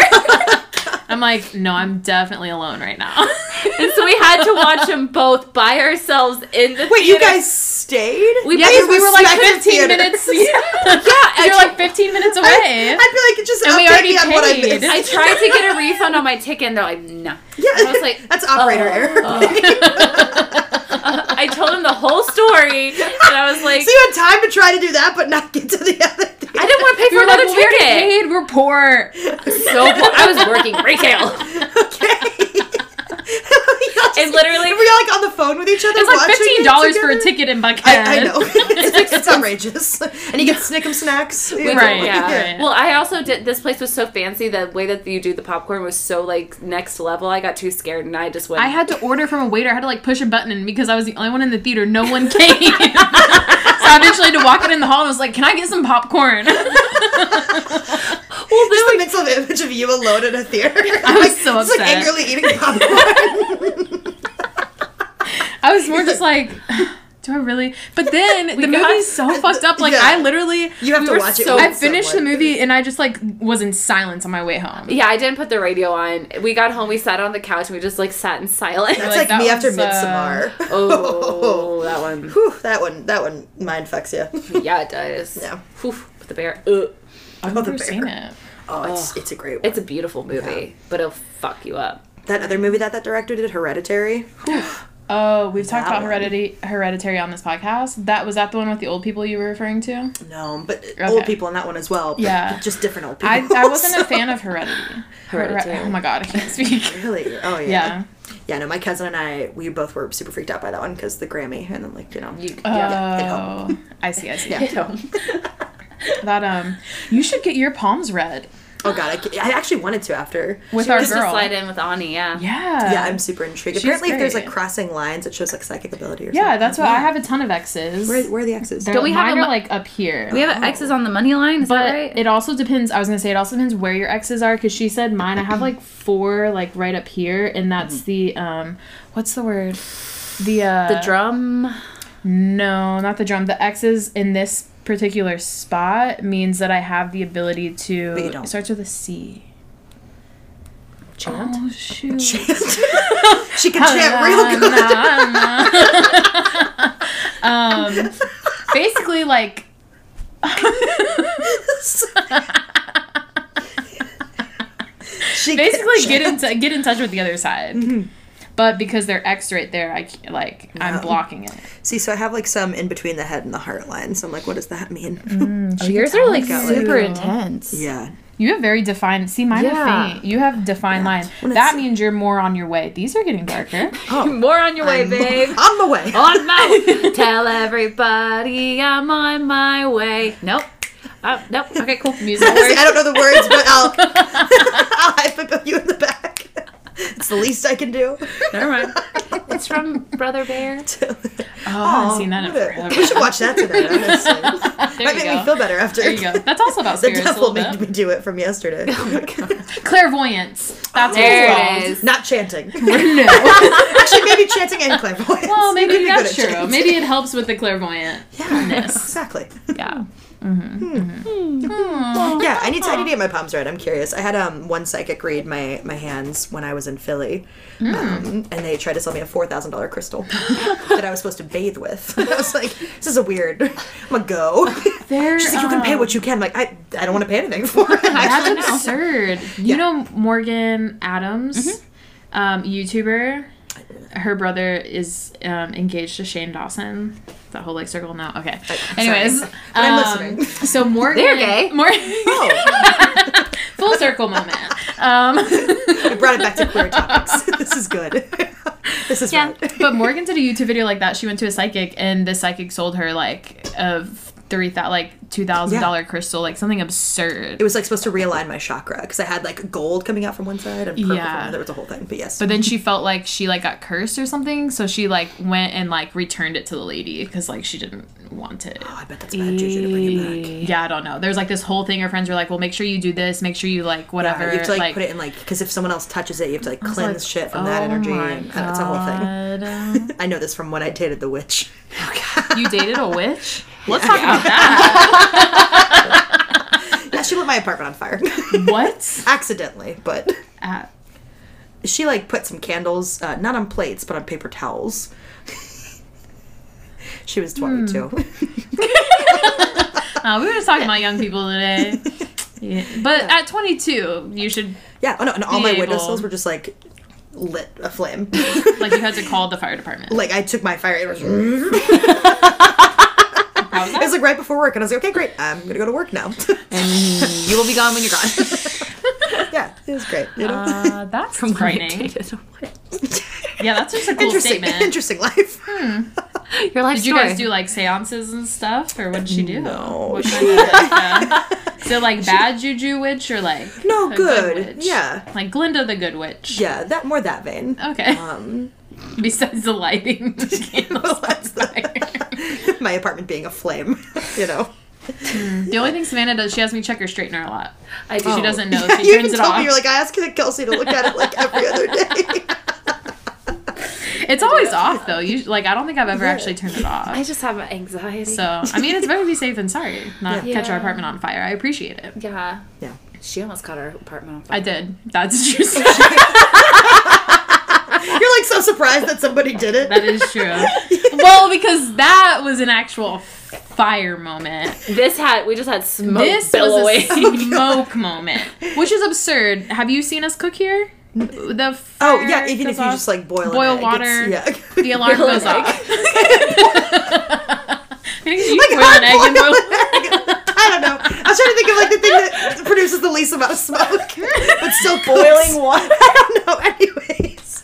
Speaker 2: I'm like, no, I'm definitely alone right now.
Speaker 1: and so we had to watch them both by ourselves in the
Speaker 3: Wait, you
Speaker 1: theater.
Speaker 3: guys stayed?
Speaker 1: We
Speaker 2: yeah,
Speaker 1: played-
Speaker 2: because we were like
Speaker 3: Respected
Speaker 2: 15
Speaker 3: theaters.
Speaker 2: minutes. Yeah.
Speaker 1: yeah,
Speaker 2: You're
Speaker 1: I,
Speaker 2: like 15 minutes away.
Speaker 3: I, I feel like it just
Speaker 2: And we
Speaker 3: update me
Speaker 2: already
Speaker 3: on what I
Speaker 2: paid.
Speaker 1: I
Speaker 3: missed.
Speaker 1: tried to get a refund on my ticket, and they're like, no.
Speaker 3: Yeah,
Speaker 1: I was like,
Speaker 3: that's operator
Speaker 1: oh.
Speaker 3: error.
Speaker 1: I told him the whole story, and I was like,
Speaker 3: so you had time to try to do that, but not get to the other thing.
Speaker 1: I didn't want to pay for
Speaker 2: we were like,
Speaker 1: another
Speaker 2: well, we already
Speaker 1: ticket.
Speaker 2: paid. We're poor.
Speaker 1: So poor. I was working retail.
Speaker 3: okay.
Speaker 1: And literally-
Speaker 3: were you like on the phone with each other?
Speaker 2: It's like
Speaker 3: watching
Speaker 2: fifteen
Speaker 3: it
Speaker 2: dollars for a
Speaker 3: together?
Speaker 2: ticket in Buckhead.
Speaker 3: I, I know. it's, it's outrageous. And you get Snick'em snacks. you know?
Speaker 2: Right,
Speaker 1: yeah.
Speaker 2: yeah.
Speaker 1: Well, I also did. This place was so fancy. The way that you do the popcorn was so like next level. I got too scared and I just went.
Speaker 2: I had to order from a waiter. I had to like push a button, and because I was the only one in the theater, no one came. so I eventually had to walk out in the hall and I was like, "Can I get some popcorn?"
Speaker 1: well,
Speaker 3: Just the mental image of you alone in a theater. I
Speaker 2: was so
Speaker 3: Just like
Speaker 2: upset.
Speaker 3: angrily eating popcorn.
Speaker 2: I was more just like, Do I really? But then the
Speaker 1: got-
Speaker 2: movie's so fucked up. Like
Speaker 3: yeah.
Speaker 2: I literally,
Speaker 3: You have to
Speaker 2: were
Speaker 3: watch it
Speaker 2: So,
Speaker 3: with
Speaker 2: I finished the
Speaker 3: someone.
Speaker 2: movie and I just like was in silence on my way home.
Speaker 1: Yeah, I didn't put the radio on. We got home, we sat on the couch, and we just like sat in silence.
Speaker 3: That's like,
Speaker 2: like, that
Speaker 3: me after
Speaker 2: one's, uh,
Speaker 3: Midsommar.
Speaker 1: Oh, that one.
Speaker 3: Whew, that one, that one mind fucks you.
Speaker 1: Yeah, it does.
Speaker 3: Yeah.
Speaker 1: Whew, with the bear. Ugh.
Speaker 2: I've
Speaker 3: Oh, the
Speaker 2: never
Speaker 3: bear.
Speaker 2: seen it.
Speaker 3: Oh, it's it's a great one.
Speaker 1: It's a beautiful movie, but it'll fuck you up.
Speaker 3: that other movie that that director did, Hereditary.
Speaker 2: Oh, we've talked
Speaker 3: That
Speaker 2: about
Speaker 3: one.
Speaker 2: heredity, hereditary on this podcast. That was that the one with the old people you were referring to?
Speaker 3: No, but old people in that one as well. but
Speaker 2: Yeah.
Speaker 3: just different old people.
Speaker 2: I, I wasn't a
Speaker 3: so-
Speaker 2: fan of heredity.
Speaker 1: Hereditary.
Speaker 2: Hered- oh my god, I can't speak.
Speaker 3: Really? Oh yeah.
Speaker 2: yeah.
Speaker 3: Yeah, No, my cousin and I, we both were super freaked out by that one because the Grammy, and then like you know,
Speaker 1: You,
Speaker 2: Oh,
Speaker 1: yeah.
Speaker 2: I see. I see.
Speaker 3: Yeah.
Speaker 1: Hit 'em.
Speaker 2: That um, you should get your palms read
Speaker 3: oh god, I, ca- I actually wanted to after.
Speaker 2: with
Speaker 1: She
Speaker 2: our
Speaker 1: was to
Speaker 2: girl.
Speaker 1: slide in with Ani, yeah.
Speaker 2: Yeah.
Speaker 3: yeah, I'm super intrigued.
Speaker 2: she's
Speaker 3: Apparently, if there's
Speaker 2: great.
Speaker 3: like crossing lines, it shows like psychic ability or
Speaker 2: Yeah,
Speaker 3: something.
Speaker 2: that's what I have a ton of X's.
Speaker 3: Where, where are the X's?
Speaker 2: They're-
Speaker 1: Don't we have
Speaker 2: mine
Speaker 1: a
Speaker 2: are
Speaker 1: mu-
Speaker 2: like up here?
Speaker 1: We have X's on the money line, is
Speaker 2: but
Speaker 1: that right?
Speaker 2: it also depends. I was gonna say it also depends where your X's are because she said mine. I have like four like right up here, and that's the um, what's the word? The uh,
Speaker 1: the drum.
Speaker 2: No, not the drum. The X's in this particular spot means that I have the ability to.
Speaker 3: But you don't.
Speaker 2: It starts with a C.
Speaker 1: Chant?
Speaker 2: Oh shoot.
Speaker 3: she can chant real good.
Speaker 2: um, basically like.
Speaker 3: she can
Speaker 2: basically get
Speaker 3: chant.
Speaker 2: in t- get in touch with the other side. But because they're X right there, I can't, like I'm
Speaker 3: Mm-hmm. No.
Speaker 2: blocking it.
Speaker 3: See, so I have like some in between the head and the heart line. So I'm like, what does that mean?
Speaker 2: Mm.
Speaker 1: Oh, yours are like
Speaker 3: got, like-
Speaker 1: super intense.
Speaker 3: yeah.
Speaker 2: You have very defined. See, mine
Speaker 1: Yeah.
Speaker 2: are faint. You have defined line.
Speaker 3: When
Speaker 2: that
Speaker 3: it's-
Speaker 2: means you're more on your way. These are getting darker.
Speaker 1: More on your way, babe.
Speaker 3: On the way.
Speaker 1: on my tell everybody I'm on my way. Nope. Uh, nope. Okay, cool.
Speaker 2: Music
Speaker 3: See, I
Speaker 2: words.
Speaker 3: don't know the words, but I'll I'll hype you in the back. It's the least I can do.
Speaker 1: Never mind. It's from Brother Bear.
Speaker 2: Oh, I Oh, haven't seen that in
Speaker 3: What a-
Speaker 2: forever.
Speaker 3: We should watch that tonight. Honestly,
Speaker 2: There
Speaker 3: might
Speaker 2: you
Speaker 3: make
Speaker 2: go.
Speaker 3: me feel better after.
Speaker 2: There you go. That's also about
Speaker 3: The
Speaker 2: spirits a
Speaker 3: devil
Speaker 2: little bit.
Speaker 3: made me do it from yesterday.
Speaker 2: Clairvoyance. That's
Speaker 1: There
Speaker 2: what
Speaker 1: it
Speaker 2: it's
Speaker 1: is.
Speaker 3: Not chanting.
Speaker 2: called.
Speaker 3: Actually, maybe chanting and clairvoyance.
Speaker 2: well,
Speaker 3: You could
Speaker 2: maybe
Speaker 3: be good
Speaker 2: that's
Speaker 3: at
Speaker 2: true.
Speaker 3: chanting.
Speaker 2: Maybe it helps with the clairvoyant.
Speaker 3: Yeah. Exactly.
Speaker 1: Yeah.
Speaker 2: Oh,
Speaker 3: Yeah, I need to. I need to get my palms right. I'm curious. I had um one psychic read my my hands when I was in Philly,
Speaker 2: Hmm.
Speaker 3: um, and they tried to sell me a four thousand dollar crystal that I was supposed to bathe with. I was like, this is a weird. I'm a go.
Speaker 2: There,
Speaker 3: She's like, you can pay
Speaker 2: um,
Speaker 3: what you can. I'm like, I I don't want to pay anything for it.
Speaker 2: That's
Speaker 3: Actually,
Speaker 2: absurd. You know Morgan Adams,
Speaker 3: Mm-hmm.
Speaker 2: um, YouTuber. Her brother is um, engaged to Shane Dawson. That whole like circle now. Okay. Anyways,
Speaker 3: sorry. But I'm
Speaker 2: um,
Speaker 3: listening.
Speaker 2: So Morgan,
Speaker 1: They're gay.
Speaker 2: Mor-
Speaker 3: Oh,
Speaker 2: full circle moment. Um,
Speaker 3: we brought it back to queer topics. this is good. this is
Speaker 1: Yeah.
Speaker 3: right.
Speaker 2: but Morgan did a YouTube video like that. She went to a psychic, and the psychic sold her like a three thousand, like two thousand dollar crystal, like something absurd.
Speaker 3: It was like supposed to realign my chakra because I had like gold coming out from one side and purple
Speaker 2: Yeah.
Speaker 3: from the other. It was a whole thing. But yes.
Speaker 2: but then she felt like she like got cursed or something, so she like went and like returned it to the lady because like she didn't want it.
Speaker 3: oh, I bet that's bad juju to bring it back.
Speaker 2: Yeah, I don't know. There's like this whole thing. Her friends were like, "Well, make sure you do this. Make sure you like whatever."
Speaker 3: Yeah, you have to like, put it in like because if someone else touches it, you have to like
Speaker 2: I was
Speaker 3: cleanse
Speaker 2: like,
Speaker 3: shit from that
Speaker 2: "Oh
Speaker 3: energy.
Speaker 2: my
Speaker 3: and, uh, it's a whole thing.
Speaker 2: God. Oh,
Speaker 3: I know this from when I dated the witch.
Speaker 2: uh, you dated a witch? Let's talk about that.
Speaker 3: yeah, she lit my apartment on fire
Speaker 2: What?
Speaker 3: accidentally, but
Speaker 2: At-
Speaker 3: she like put some candles, uh, not on plates, but on paper towels. she was twenty two.
Speaker 2: Hmm. Uh, we were just talking about young people today. Yeah. But at 22, you should
Speaker 3: yeah, oh no, and all my
Speaker 2: Be able-
Speaker 3: windowsills were just like lit aflame.
Speaker 2: like you had to call the fire department.
Speaker 3: like I took my fire. It was, it
Speaker 2: How was
Speaker 3: was
Speaker 2: that?
Speaker 3: like right before work, and I was like, okay, great, I'm gonna go to work now.
Speaker 1: And you will be gone when you're gone.
Speaker 3: yeah, it was great. You know.
Speaker 2: Uh, that's frightening. Yeah, that's just a cool
Speaker 3: interesting,
Speaker 2: statement. Hmm.
Speaker 3: interesting life.
Speaker 1: Your life
Speaker 2: Did you guys do like seances and stuff, or what did she do?
Speaker 3: No.
Speaker 2: What kind of, like, uh, so like bad juju witch or like
Speaker 3: No,
Speaker 2: a
Speaker 3: good.
Speaker 2: witch?
Speaker 3: Yeah.
Speaker 2: like Glinda the good witch.
Speaker 3: Yeah, that more that vein.
Speaker 2: Okay.
Speaker 3: Um,
Speaker 2: Besides the lighting, the candles on
Speaker 3: that's
Speaker 2: fire.
Speaker 3: the, my apartment being aflame, you know.
Speaker 2: The only thing Savannah does, she has me check her straightener a lot.
Speaker 1: I do.
Speaker 2: Hmm.
Speaker 3: Oh.
Speaker 2: She doesn't know.
Speaker 3: Yeah,
Speaker 2: she
Speaker 3: you
Speaker 2: turns
Speaker 3: even
Speaker 2: it
Speaker 3: told
Speaker 2: off.
Speaker 3: me you're like I asked Kelsey to look at it like every other day.
Speaker 2: It's always off though. You like I don't think I've ever actually turned it
Speaker 1: I
Speaker 2: off.
Speaker 1: just have anxiety.
Speaker 2: So I mean, it's better to be safe than sorry. Not
Speaker 1: Yeah.
Speaker 2: catch our
Speaker 1: Yeah.
Speaker 2: apartment on fire. I appreciate it.
Speaker 1: yeah,
Speaker 3: Yeah.
Speaker 1: she almost caught her apartment on fire.
Speaker 2: I did. That's true.
Speaker 3: You're like so surprised that somebody did it.
Speaker 2: that is true. Well, because that was an actual fire moment.
Speaker 1: This had we just had smoke
Speaker 2: this
Speaker 1: billowing.
Speaker 2: was a smoke moment, which is absurd. Have you seen us cook here? The
Speaker 3: oh
Speaker 2: fire
Speaker 3: yeah, even if
Speaker 2: goes
Speaker 3: you
Speaker 2: off,
Speaker 3: just like boil
Speaker 2: boil
Speaker 3: an egg,
Speaker 2: water,
Speaker 3: it's- yeah.
Speaker 2: the alarm
Speaker 1: Boil an
Speaker 2: goes
Speaker 1: egg.
Speaker 2: off. you boil an egg and boil.
Speaker 3: I don't know. I was trying to think of like the thing that produces the least amount of smoke, but still cooks.
Speaker 1: Boiling water.
Speaker 3: I don't know. Anyways,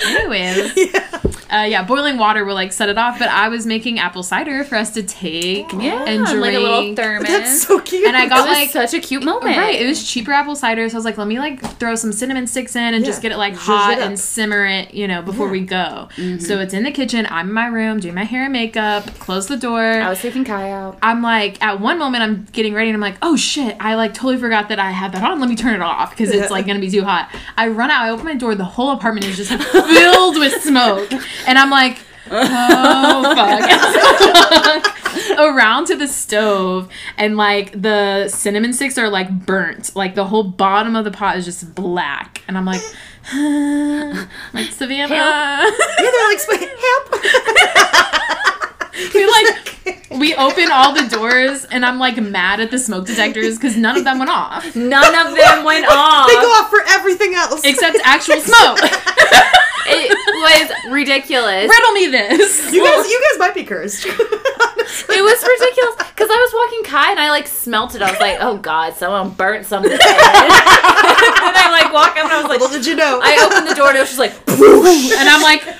Speaker 2: Anyways,
Speaker 3: yeah.
Speaker 2: uh, yeah, boiling water will like set it off. But I was making apple cider for us to take
Speaker 1: yeah,
Speaker 2: and drink.
Speaker 1: like a little thermos.
Speaker 3: that's so cute.
Speaker 2: And I
Speaker 1: That
Speaker 2: got,
Speaker 1: was
Speaker 2: like-
Speaker 1: such a cute moment.
Speaker 2: Oh, Right, it was cheaper apple cider, so I was like, let me like throw some cinnamon sticks in and just
Speaker 3: Yeah,
Speaker 2: get it like
Speaker 3: zhuzh it
Speaker 2: hot
Speaker 3: up.
Speaker 2: and simmer it, you know, before we go. So it's in the kitchen. I'm in my room doing my hair and makeup. Close the door.
Speaker 1: I was taking Kai out.
Speaker 2: I'm like, at one moment, I'm getting ready and I'm like, oh shit, I like totally forgot that I had that on. Let me turn it off because it's like gonna be too hot. I run out, I open my door, the whole apartment is just filled with smoke. And I'm like, oh fuck. Around to the stove, and like the cinnamon sticks are like burnt. Like the whole bottom of the pot is just black. And I'm like, like Savannah.
Speaker 3: Yeah, they're like sp- help.
Speaker 2: we like we open all the doors and i'm like mad at the smoke detectors because none of them went off
Speaker 1: None of them went
Speaker 3: They go
Speaker 1: off.
Speaker 3: off for everything else.
Speaker 2: except actual smoke
Speaker 1: It was ridiculous.
Speaker 2: riddle me this
Speaker 3: you guys, you guys might be cursed. Honestly.
Speaker 1: It was ridiculous because I was walking Kai and I like smelt it. I was like, oh god, someone burnt something. and I like walk up and I was like,
Speaker 3: Little did you know.
Speaker 1: I opened the door and it was just like,
Speaker 2: and i'm like
Speaker 1: and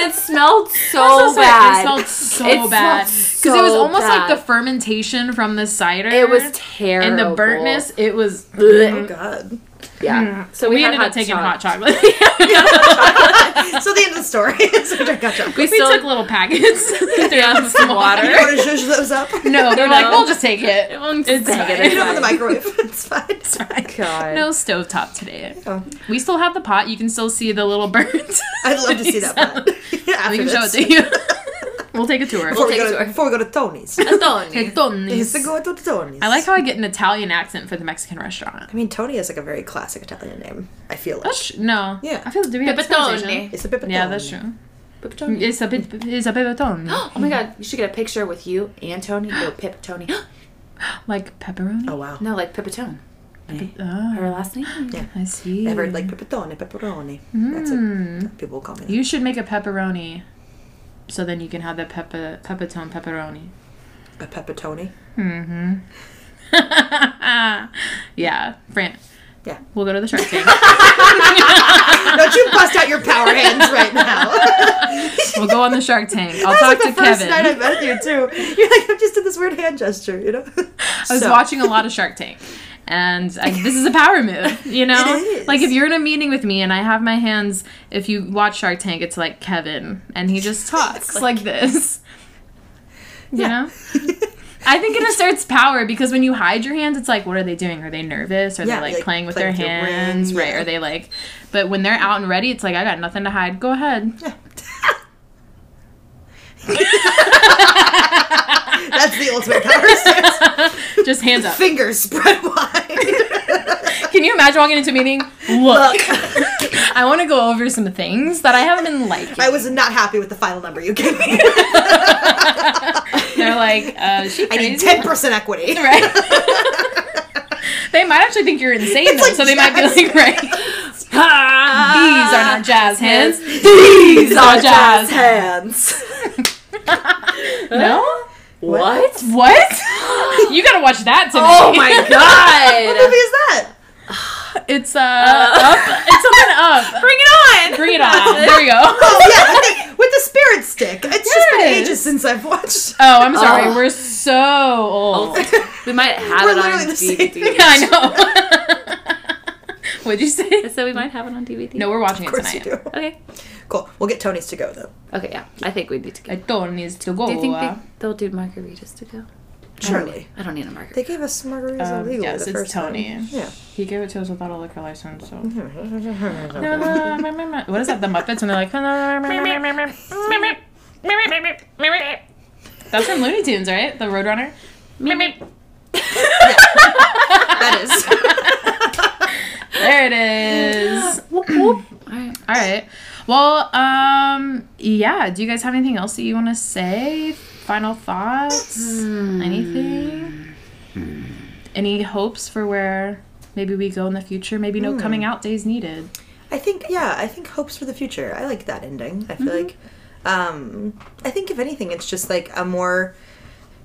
Speaker 1: it smelled so,
Speaker 2: oh,
Speaker 1: bad.
Speaker 2: it smelled so
Speaker 1: It
Speaker 2: bad
Speaker 1: smelled
Speaker 2: because it was
Speaker 1: so
Speaker 2: almost like
Speaker 1: bad.
Speaker 2: the fermentation from the cider
Speaker 1: It was
Speaker 2: and
Speaker 1: terrible.
Speaker 2: the burntness it was
Speaker 3: oh God.
Speaker 1: Yeah. So
Speaker 2: we,
Speaker 1: had
Speaker 2: ended up taking hot chocolate
Speaker 3: So the end of the story. so I got you.
Speaker 1: We
Speaker 2: we
Speaker 1: still
Speaker 2: took little packets
Speaker 1: Yeah, some water.
Speaker 3: You want to zhuzh those up?
Speaker 2: no they're like
Speaker 1: No.
Speaker 2: we'll just take it it's
Speaker 1: take it.
Speaker 2: fine.
Speaker 3: Put them in the microwave. It's fine.
Speaker 2: It's fine.
Speaker 1: God.
Speaker 2: No stovetop today.
Speaker 3: Oh.
Speaker 2: We still have the pot. You can still see the little burns.
Speaker 3: I'd love to see that. But yeah,
Speaker 2: we
Speaker 3: after
Speaker 2: can show
Speaker 3: this.
Speaker 2: it to you. we'll take a tour.
Speaker 3: Before,
Speaker 1: We'll
Speaker 3: we
Speaker 1: take
Speaker 3: go
Speaker 1: it to
Speaker 3: to,
Speaker 1: her.
Speaker 3: before we go to Tony's.
Speaker 1: Tony.
Speaker 3: It's
Speaker 2: Tony's.
Speaker 3: to go to Tony's.
Speaker 2: I like how I get an Italian accent for the Mexican restaurant.
Speaker 3: I mean, Tony is like a very classic Italian name. I feel like
Speaker 2: That's tr- no.
Speaker 3: Yeah.
Speaker 2: I feel do we have this conversation?
Speaker 1: Pepperoni.
Speaker 3: it's a bit.
Speaker 2: Yeah, that's true.
Speaker 1: Pepperoni.
Speaker 2: It's a bit. It's a pepperoni.
Speaker 1: Oh my god, you should get a picture with you and Tony. No, Pip Tony.
Speaker 2: like pepperoni.
Speaker 3: Oh wow.
Speaker 1: No, like Pipitone. Her
Speaker 2: Oh,
Speaker 1: last name?
Speaker 2: I see.
Speaker 3: Never like pepperoni, pepperoni. That's what people call me.
Speaker 2: Mm. You should make a pepperoni, so then you can have the pepper peppertone pepperoni.
Speaker 3: that. A pepperoni.
Speaker 2: yeah, Fran.
Speaker 3: Yeah.
Speaker 2: We'll go to the shark tank.
Speaker 3: Don't you bust out your power hands right now.
Speaker 2: We'll go on the Shark Tank. I'll
Speaker 3: That's like
Speaker 2: talk
Speaker 3: the
Speaker 2: to
Speaker 3: first
Speaker 2: Kevin.
Speaker 3: night I
Speaker 2: I
Speaker 3: met you too. You're like I just did this weird hand gesture, you know. I
Speaker 2: was watching a lot of Shark Tank. And I, this is a power move, you know?
Speaker 3: It is.
Speaker 2: Like, if you're in a meeting with me and I have my hands, if you watch Shark Tank, it's like Kevin, and he just talks like, this. You know? I think it asserts power because when you hide your hands, it's like, what are they doing? Are they nervous? Are
Speaker 3: Yeah,
Speaker 2: they like,
Speaker 3: like,
Speaker 2: playing with
Speaker 3: playing
Speaker 2: their
Speaker 3: with your
Speaker 2: hands?
Speaker 3: rings,
Speaker 2: right.
Speaker 3: yeah.
Speaker 2: Are they like, but when they're out and ready, it's like, I got nothing to hide. Go ahead.
Speaker 3: That's the ultimate power stance.
Speaker 2: Just hands up.
Speaker 3: Fingers spread wide.
Speaker 2: Can you imagine walking into a meeting? Look, I want to go over some things that I haven't been liking.
Speaker 3: I was not happy with the final number you gave me.
Speaker 2: They're like, uh, is she
Speaker 3: I need
Speaker 2: crazy,
Speaker 3: ten percent equity.
Speaker 2: right? they might actually think you're insane, though,
Speaker 3: like
Speaker 2: so they might be
Speaker 3: jazz.
Speaker 2: like, right? These are not jazz hands.
Speaker 1: These
Speaker 2: are jazz
Speaker 1: hands.
Speaker 2: No,
Speaker 1: What?
Speaker 2: what? you gotta watch that tonight.
Speaker 1: Oh my
Speaker 3: What movie
Speaker 1: god!
Speaker 3: is that?
Speaker 2: It's uh, up. It's something up.
Speaker 1: Bring it on!
Speaker 2: Bring it on. There you go.
Speaker 3: Oh yeah, with the spirit stick. It's just been
Speaker 2: Yes.
Speaker 3: ages since I've watched.
Speaker 2: Oh, I'm sorry.
Speaker 1: Oh.
Speaker 2: We're so old.
Speaker 1: We might have
Speaker 3: We're
Speaker 1: it
Speaker 3: literally
Speaker 1: on
Speaker 3: the same
Speaker 1: DVD.
Speaker 2: Yeah, I know. What'd you say?
Speaker 1: So we might have it on DVD.
Speaker 2: No, we're watching it
Speaker 3: Of course you
Speaker 2: tonight.
Speaker 3: do.
Speaker 1: Okay.
Speaker 3: Cool. We'll get Tony's to go though.
Speaker 1: Okay, yeah. I think we need to go.
Speaker 2: I don't need to go.
Speaker 1: Do you think they, they'll do margaritas to go?
Speaker 3: Surely.
Speaker 1: I don't need a marker.
Speaker 3: They gave us margaritas
Speaker 2: Um,
Speaker 3: illegally
Speaker 2: yes,
Speaker 3: the
Speaker 2: it's
Speaker 3: first time.
Speaker 2: Tony.
Speaker 3: Yeah.
Speaker 2: He gave it to us without a liquor license, so. what is that? The Muppets when they're like. That's from Looney Tunes, right? The Roadrunner.
Speaker 3: That is.
Speaker 2: There it is.
Speaker 1: Whoop, whoop. All right.
Speaker 2: All right. Well, um, yeah. Do you guys have anything else that you want to say? Final thoughts? Anything? Any hopes for where maybe we go in the future? Maybe no coming out days needed.
Speaker 3: I think yeah, I think hopes for the future. I like that ending. I feel
Speaker 2: Mm-hmm.
Speaker 3: like um I think if anything it's just like a more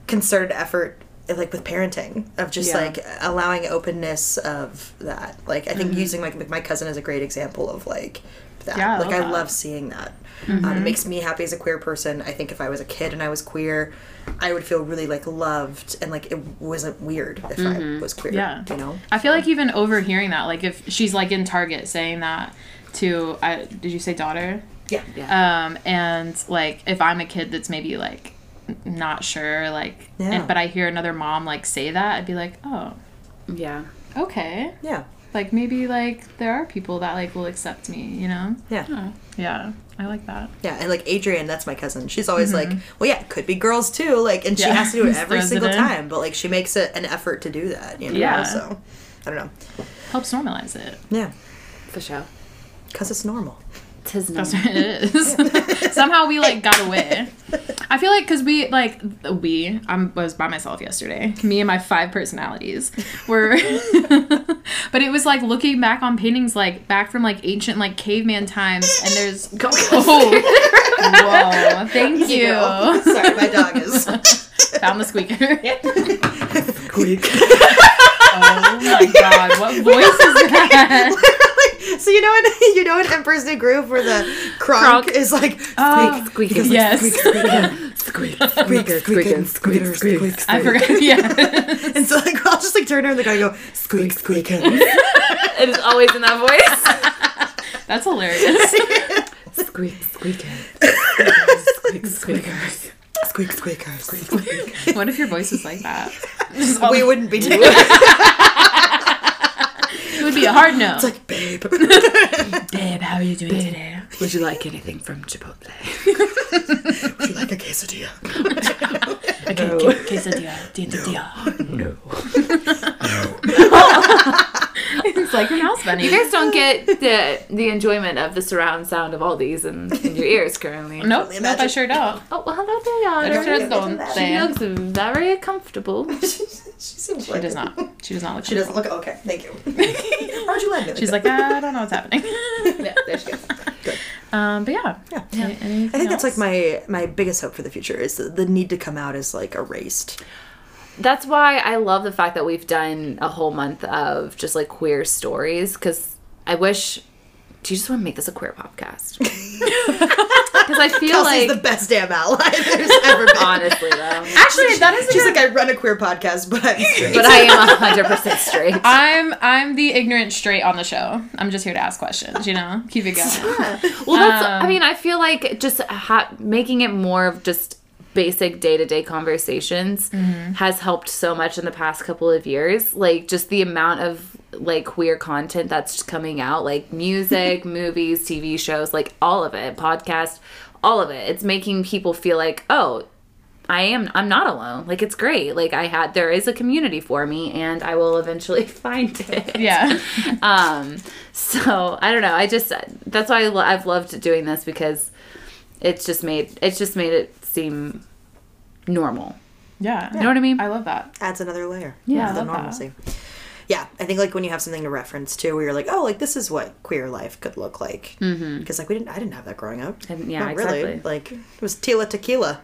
Speaker 3: concerted effort like with parenting of just
Speaker 2: Yeah.
Speaker 3: like allowing openness of that. Like I think using like my cousin is a great example of like that.
Speaker 2: Mm-hmm. Yeah, I
Speaker 3: like
Speaker 2: love
Speaker 3: I
Speaker 2: that. Mm-hmm.
Speaker 3: love seeing that. Um, it makes me happy as a queer person. I think if I was a kid and I was queer, I would feel really like loved and like it wasn't weird if I was queer.
Speaker 2: Mm-hmm. Yeah.
Speaker 3: You know?
Speaker 2: I feel like even overhearing that, like if she's like in Target saying that to, I, did you say daughter?
Speaker 3: Yeah.
Speaker 2: um and like if i'm a kid that's maybe like n- not sure like
Speaker 3: Yeah.
Speaker 2: and, but i hear another mom like say that i'd be like oh
Speaker 1: Yeah.
Speaker 2: okay
Speaker 3: Yeah.
Speaker 2: like maybe like there are people that like will accept me you know
Speaker 3: Yeah.
Speaker 2: yeah i like that
Speaker 3: Yeah, and like Adrian, that's my cousin. She's always like, "Well, yeah, it could be girls too." Like, and she
Speaker 2: Yeah.
Speaker 3: has to do it
Speaker 2: Just
Speaker 3: every
Speaker 2: throws it
Speaker 3: single
Speaker 2: in.
Speaker 3: time, but like she makes it an effort to do that. You know?
Speaker 2: Yeah.
Speaker 3: So, I don't know.
Speaker 2: helps normalize it
Speaker 3: Yeah,
Speaker 1: For sure.
Speaker 3: because it's normal.
Speaker 1: Tis no.
Speaker 2: that's what it is somehow we like got away i feel like because we like we I'm, i was by myself yesterday me and my five personalities were but it was like looking back on paintings like back from like ancient like caveman times and there's
Speaker 1: Go.
Speaker 2: Oh, whoa! Thank
Speaker 3: Easy
Speaker 2: you.
Speaker 3: girl. Sorry, my dog is
Speaker 2: Found the squeaker.
Speaker 3: quick.
Speaker 2: Oh my god! What voice is that?
Speaker 3: so you know what? You know in Emperor's New Groove where the
Speaker 1: Kronk.
Speaker 3: Kronk is like squeak,
Speaker 2: Oh,
Speaker 1: Squeak.
Speaker 3: because
Speaker 2: yes.
Speaker 3: squeak,
Speaker 1: Squeak.
Speaker 3: squeak, and
Speaker 1: Squeak.
Speaker 3: squeaker, squeak,
Speaker 1: Squeak.
Speaker 3: squeak.
Speaker 2: I forgot. Yeah.
Speaker 3: And so like I'll just like turn her and like I go squeak, squeak, and
Speaker 1: It is always in that
Speaker 2: That's hilarious.
Speaker 1: voice. Squeak. Squeak. Squeak. Squeak.
Speaker 3: squeak, squeaker, squeak.
Speaker 2: What if your voice was like that?
Speaker 3: We wouldn't be doing it.
Speaker 2: It would be a hard no.
Speaker 3: It's like babe.
Speaker 2: Babe, how are you doing today?
Speaker 1: Would you like anything from Chipotle?
Speaker 3: Would you like a quesadilla?
Speaker 2: Okay, no. quesadilla, quesadilla.
Speaker 1: No.
Speaker 2: It's like your house bunny.
Speaker 1: You guys don't get the the enjoyment of the surround sound of all these in, in your ears currently.
Speaker 2: Nope, nope, I sure don't.
Speaker 1: Oh, well,
Speaker 2: I
Speaker 1: hello there,
Speaker 2: sure
Speaker 1: Yada.
Speaker 2: don't.
Speaker 1: She
Speaker 2: Say.
Speaker 1: looks very comfortable.
Speaker 3: she seems
Speaker 2: She does not. She does not look.
Speaker 3: She doesn't look okay. Thank you. Why would you let me?
Speaker 2: She's
Speaker 3: that?
Speaker 2: like, "Ah, I don't know what's happening.
Speaker 1: yeah, there she goes.
Speaker 2: Um, but yeah.
Speaker 3: Yeah.
Speaker 2: Any- anything
Speaker 3: I think that's like
Speaker 2: else?
Speaker 3: my my biggest hope for the future is the, the need to come out is like erased.
Speaker 1: That's why I love the fact that we've done a whole month of just like queer stories because I wish. Do you just want to make this a queer podcast? Because I feel
Speaker 3: Kelsey's the
Speaker 1: like
Speaker 3: best damn ally there's ever been.
Speaker 1: honestly though,
Speaker 2: Actually, that is a
Speaker 3: She's like, I run a queer podcast, but I'm straight.
Speaker 1: but I am hundred percent straight.
Speaker 2: I'm I'm the ignorant straight on the show. I'm just here to ask questions, you know. Keep it going.
Speaker 1: Well, that's. I mean, I feel like just ha- making it more of just basic day to day conversations has helped so much in the past couple of years. Like just the amount of like queer content that's just coming out, like music, movies, TV shows, like all of it, podcast, all of it. It's making people feel like, oh. I am I'm not alone. Like it's great. Like I had there is a community for me and I will eventually find it
Speaker 2: Yeah.
Speaker 1: um so i don't know i just that's why I lo- i've loved doing this because it's just made it's just made it seem normal
Speaker 2: Yeah.
Speaker 1: you know what i mean
Speaker 2: I love that.
Speaker 3: adds another layer.
Speaker 1: Yeah,
Speaker 3: to
Speaker 1: I
Speaker 3: the
Speaker 2: love that.
Speaker 3: normalcy. Yeah, I think like when you have something to reference to, where you're like, oh, like this is what queer life could look like. Because like we didn't, Mm-hmm. I didn't have that growing up.
Speaker 1: And- yeah,
Speaker 3: Not really.
Speaker 1: exactly.
Speaker 3: Like it was Tila Tequila.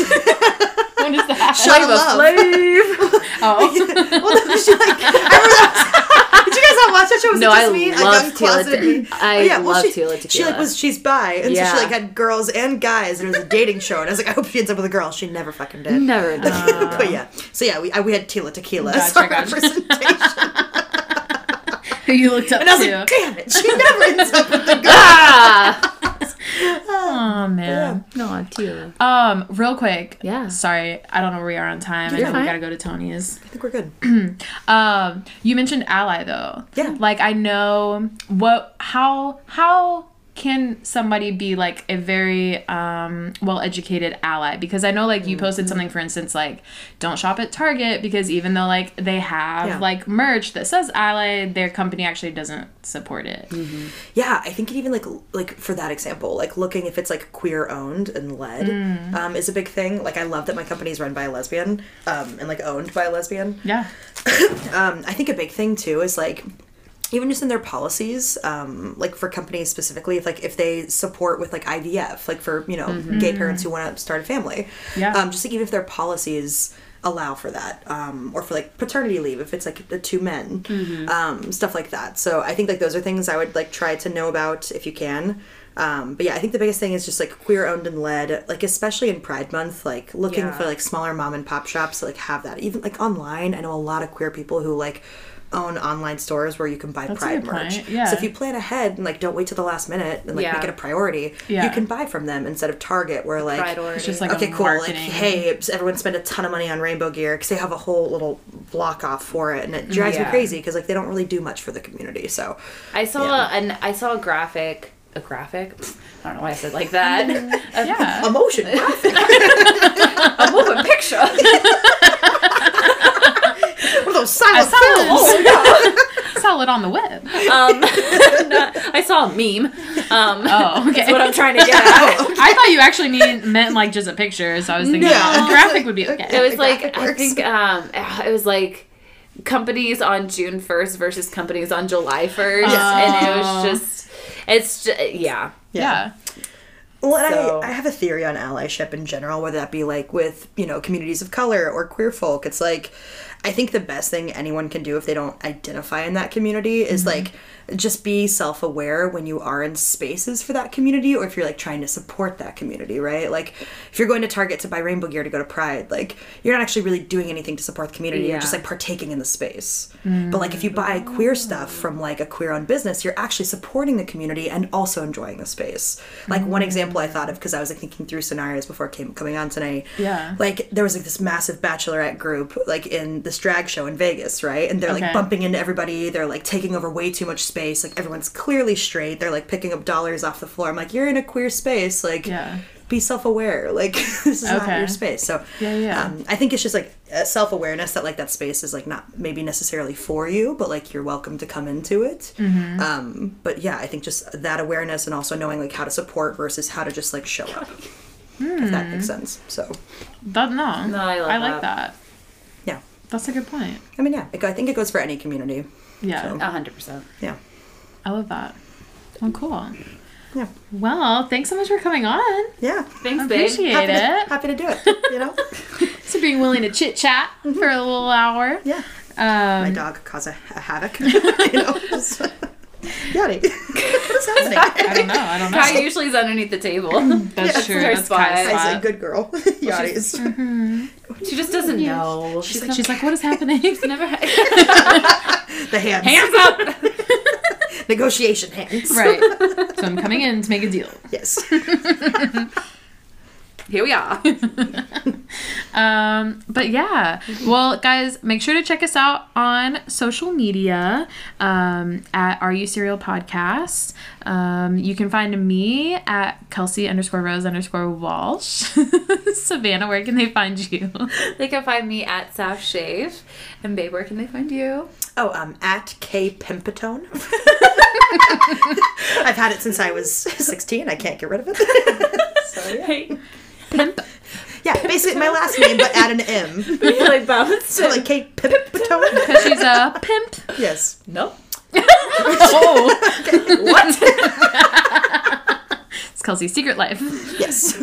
Speaker 2: When is that?
Speaker 3: Shut up.
Speaker 2: oh.
Speaker 3: well, no, she like. I remember that. Did you guys not watch that show? Was
Speaker 1: No,
Speaker 3: it just
Speaker 1: I
Speaker 3: me?
Speaker 1: love
Speaker 3: got
Speaker 1: Tila
Speaker 3: closeted
Speaker 1: Te-
Speaker 3: me.
Speaker 1: I love
Speaker 3: Oh, she,
Speaker 1: Tila
Speaker 3: She like
Speaker 1: Tequila.
Speaker 3: was she's bi, and so
Speaker 1: Yeah.
Speaker 3: she like had girls and guys, and it was a dating show. And I was like, I hope she ends up with a girl. She never fucking did.
Speaker 1: never did.
Speaker 3: but yeah, so yeah, we I, we had Tila Tequila as
Speaker 2: Gotcha,
Speaker 3: our
Speaker 2: gotcha.
Speaker 3: representation,
Speaker 2: Who you looked up
Speaker 3: and I was
Speaker 2: to?
Speaker 3: like, damn it, she never ends up with a girl.
Speaker 1: ah!
Speaker 2: Oh man.
Speaker 1: No, too.
Speaker 2: Um, real quick.
Speaker 1: Yeah.
Speaker 2: Sorry, I don't know where we are on time.
Speaker 1: You're
Speaker 2: I know
Speaker 1: fine.
Speaker 2: we gotta go to Tony's.
Speaker 3: I think we're good.
Speaker 2: Um, you mentioned ally though.
Speaker 3: Yeah.
Speaker 2: Like I know what how how can somebody be like a very um, well educated ally because I know like you
Speaker 1: Mm-hmm.
Speaker 2: posted something for instance like don't shop at Target because even though like they have
Speaker 3: Yeah.
Speaker 2: like merch that says ally their company actually doesn't support it.
Speaker 1: Mm.
Speaker 3: Yeah, I think it even like l- like for that example, like looking if it's like queer owned and led
Speaker 2: Mm.
Speaker 3: um, is a big thing. Like I love that my company is run by a lesbian um, and like owned by a lesbian.
Speaker 2: Yeah.
Speaker 3: Um, I think a big thing too is like even just in their policies, um, like for companies specifically, if like if they support with like IVF, like for you know gay parents who want to start a family,
Speaker 2: Yeah.
Speaker 3: um, just like even if their policies allow for that, um, or for like paternity leave if it's like the two men, um, stuff like that. So I think like those are things I would like try to know about if you can. Um, but yeah, I think the biggest thing is just like queer owned and led, like especially in Pride Month, like looking
Speaker 1: Yeah.
Speaker 3: for like smaller mom and pop shops that like have that. Even like online, I know a lot of queer people who like own online stores where you can buy
Speaker 2: a
Speaker 3: Pride
Speaker 2: good
Speaker 3: merch.
Speaker 2: point, yeah.
Speaker 3: So if you plan ahead and like don't wait till the last minute and like
Speaker 1: Yeah.
Speaker 3: make it a priority,
Speaker 2: Yeah.
Speaker 3: you can buy from them instead of Target where like
Speaker 1: priority. It's
Speaker 2: just like-
Speaker 3: okay
Speaker 2: a
Speaker 3: cool like
Speaker 2: marketing-
Speaker 3: hey everyone spend a ton of money on rainbow gear because they have a whole little block off for it and it drives me
Speaker 1: Yeah.
Speaker 3: crazy because like they don't really do much for the community so
Speaker 1: I saw an I saw a graphic a graphic. Pfft, I don't know why I said like that. a,
Speaker 2: Yeah.
Speaker 3: emotion graphic one
Speaker 1: a moving picture.
Speaker 3: of those silent
Speaker 2: saw it.
Speaker 3: films
Speaker 2: Sell it on the web.
Speaker 1: Um, not- I saw a meme. Um,
Speaker 2: Oh, okay.
Speaker 1: that's what I'm trying to get at.
Speaker 2: I thought you actually mean, meant like just a picture, so I was thinking
Speaker 3: No.
Speaker 2: a graphic would be okay.
Speaker 1: It was
Speaker 3: The
Speaker 1: like
Speaker 3: graphic
Speaker 1: I
Speaker 3: works.
Speaker 1: think um, it was like companies on June 1st versus companies on July 1st, and it was just it's just, yeah.
Speaker 2: yeah.
Speaker 3: Well, and
Speaker 1: So-
Speaker 3: I, I have a theory on allyship in general, whether that be like with, you know, communities of color or queer folk. It's like, I think the best thing anyone can do if they don't identify in that community is like just be self aware when you are in spaces for that community or if you're like trying to support that community, right? Like, if you're going to Target to buy rainbow gear to go to Pride, like, you're not actually really doing anything to support the community.
Speaker 1: Yeah.
Speaker 3: You're just like partaking in the space. But like, if you buy queer stuff from like a queer owned business, you're actually supporting the community and also enjoying the space. Like
Speaker 2: Mm-hmm.
Speaker 3: one example I thought of because I was like thinking through scenarios before came coming on tonight.
Speaker 2: Yeah.
Speaker 3: Like there was like this massive bachelorette group like in this drag show in Vegas, right? And they're
Speaker 2: Okay.
Speaker 3: like bumping into everybody. They're like taking over way too much space. Like everyone's clearly straight. They're like picking up dollars off the floor. I'm like, you're in a queer space. Like
Speaker 2: Yeah.
Speaker 3: be self-aware. Like this is not
Speaker 2: Okay.
Speaker 3: your space. So
Speaker 2: Yeah, yeah.
Speaker 3: Um, I think it's just like a self-awareness that like that space is like not maybe necessarily for you, but like you're welcome to come into it.
Speaker 2: Mm-hmm.
Speaker 3: Um, but yeah, I think just that awareness and also knowing like how to support versus how to just like show up. If that makes
Speaker 2: Hmm.
Speaker 3: sense. So
Speaker 2: That, no.
Speaker 1: No, I love
Speaker 2: like
Speaker 1: that.
Speaker 2: that.
Speaker 3: yeah,
Speaker 2: That's a good point.
Speaker 3: I mean yeah, it, go- I think it goes for any community.
Speaker 2: Yeah.
Speaker 1: A hundred percent.
Speaker 3: Yeah,
Speaker 2: I love that. Well, cool.
Speaker 3: yeah,
Speaker 2: Well, thanks so much for coming on.
Speaker 3: yeah.
Speaker 1: Thanks, babe.
Speaker 2: Appreciate
Speaker 3: Happy to,
Speaker 2: it.
Speaker 3: happy to do it. You know.
Speaker 2: So being willing to chit chat for a little hour.
Speaker 3: Mm-hmm. yeah. My
Speaker 2: Um,
Speaker 3: dog caused a, a havoc. you know. Just, Yachty. what is happening?
Speaker 2: I don't know. I don't know.
Speaker 1: Kai usually is underneath the table.
Speaker 2: That's
Speaker 1: That's
Speaker 2: true.
Speaker 1: her
Speaker 2: That's
Speaker 1: spot.
Speaker 2: Kai's
Speaker 1: I
Speaker 3: I
Speaker 2: spot.
Speaker 3: say good girl. Yachty's.
Speaker 1: She just doesn't know.
Speaker 2: She's like, she's like, what is happening?
Speaker 1: never had
Speaker 3: The hands.
Speaker 1: hands up.
Speaker 3: Negotiation hands.
Speaker 2: right. So I'm coming in to make a deal.
Speaker 3: Yes.
Speaker 1: Here we are.
Speaker 2: Um, but yeah, well, guys, make sure to check us out on social media um, at Are You Serial Podcast. Um, you can find me at Kelsey underscore Rose underscore Walsh. Savannah, where can they find you?
Speaker 1: They can find me at Saf Shave. And babe, where can they find you?
Speaker 3: Oh, um, at K Pimpatone. I've had it since I was 16. I can't get rid of it. so, yeah.
Speaker 1: Hey.
Speaker 2: Pimp.
Speaker 3: yeah, basically my last name, but add an M.
Speaker 1: really bounced.
Speaker 3: So like K Pimpatone.
Speaker 2: She's a pimp.
Speaker 3: yes.
Speaker 1: Nope.
Speaker 2: Oh,
Speaker 1: What?
Speaker 2: it's Kelsey's secret life.
Speaker 3: Yes.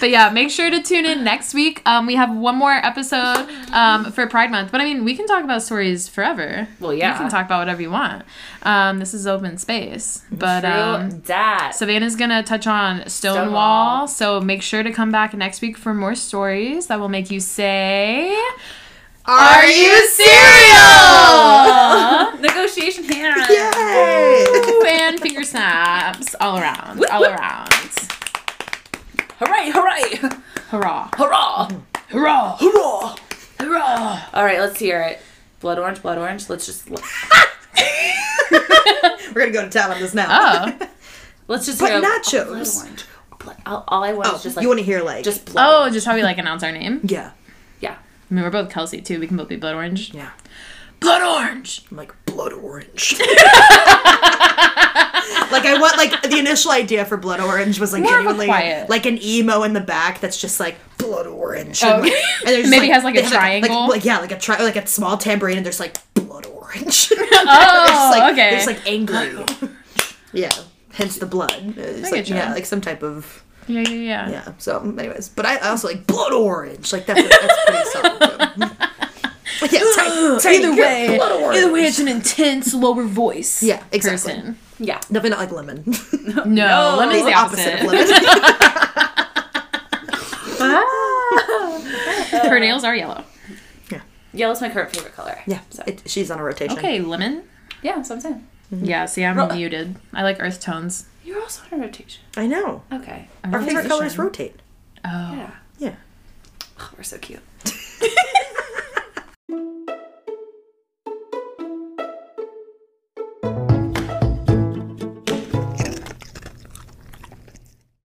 Speaker 2: But yeah, make sure to tune in next week. Um, we have one more episode um, for Pride Month. But I mean, we can talk about stories forever.
Speaker 1: Well, yeah.
Speaker 2: You can talk about whatever you want. Um, this is open space. But um,
Speaker 1: that.
Speaker 2: Savannah's going to touch on Stonewall. So
Speaker 1: Stonewall.
Speaker 2: make sure to come back next week for more stories that will make you say.
Speaker 3: Are you serious?
Speaker 1: Negotiation hands.
Speaker 3: Yay!
Speaker 2: "Ooh," and finger your snaps all around, all around.
Speaker 1: Hooray, hooray!
Speaker 2: Hurrah!
Speaker 1: Hurrah!
Speaker 2: Hurrah!
Speaker 3: Hurrah!
Speaker 2: Hurrah!
Speaker 1: All right, let's hear it. Blood orange, blood orange. Let's just
Speaker 3: We're gonna go to town on this now.
Speaker 2: Oh,
Speaker 1: let's just
Speaker 3: But
Speaker 1: hear
Speaker 3: nachos.
Speaker 1: Blood orange. Blood- All, all I want
Speaker 3: Oh,
Speaker 1: is just like
Speaker 3: you want to hear like
Speaker 1: just blood.
Speaker 2: oh, just how we like announce our name.
Speaker 3: yeah,
Speaker 1: Yeah.
Speaker 2: I mean, we're both Kelsey too. We can both be blood orange.
Speaker 3: yeah.
Speaker 2: Blood orange.
Speaker 3: I'm like blood orange. like I want like the initial idea for blood orange was like
Speaker 2: More of a
Speaker 3: genuinely
Speaker 2: quiet.
Speaker 3: like an emo in the back that's just like blood orange.
Speaker 2: Oh.
Speaker 3: there's just,
Speaker 2: Maybe has, like, a
Speaker 3: they have,
Speaker 2: triangle.
Speaker 3: Like, yeah, like a tri- like a small tambourine and there's like blood orange.
Speaker 2: Oh,
Speaker 3: It's like,
Speaker 2: okay.
Speaker 3: It's like angry. yeah. Hence the blood. It's like,
Speaker 2: getcha.
Speaker 3: yeah, like some type of
Speaker 2: yeah, yeah, yeah.
Speaker 3: yeah. So, anyways, but I, I also like blood orange. Like that's that's pretty solid. Too. But yeah, tiny, tiny
Speaker 2: Either
Speaker 3: girl,
Speaker 2: way,
Speaker 3: blood orange.
Speaker 2: either way, it's an intense lower voice.
Speaker 3: yeah, exactly.
Speaker 2: Person.
Speaker 1: Yeah.
Speaker 3: Definitely not like lemon.
Speaker 2: No, lemon's the opposite.
Speaker 3: of lemon.
Speaker 2: Her nails are yellow.
Speaker 1: Yellow's my current favorite color.
Speaker 3: yeah, so it, she's on a rotation.
Speaker 2: Okay, lemon.
Speaker 1: Yeah, that's what I'm saying.
Speaker 3: Mm-hmm.
Speaker 2: Yeah, see, I'm muted. I like earth tones.
Speaker 1: You're also on a rotation.
Speaker 3: I know.
Speaker 1: Okay.
Speaker 2: I'm
Speaker 3: Our
Speaker 2: not
Speaker 3: favorite
Speaker 2: sure.
Speaker 3: colors rotate.
Speaker 2: Oh,
Speaker 1: Yeah.
Speaker 3: Yeah.
Speaker 1: Oh, we're so cute.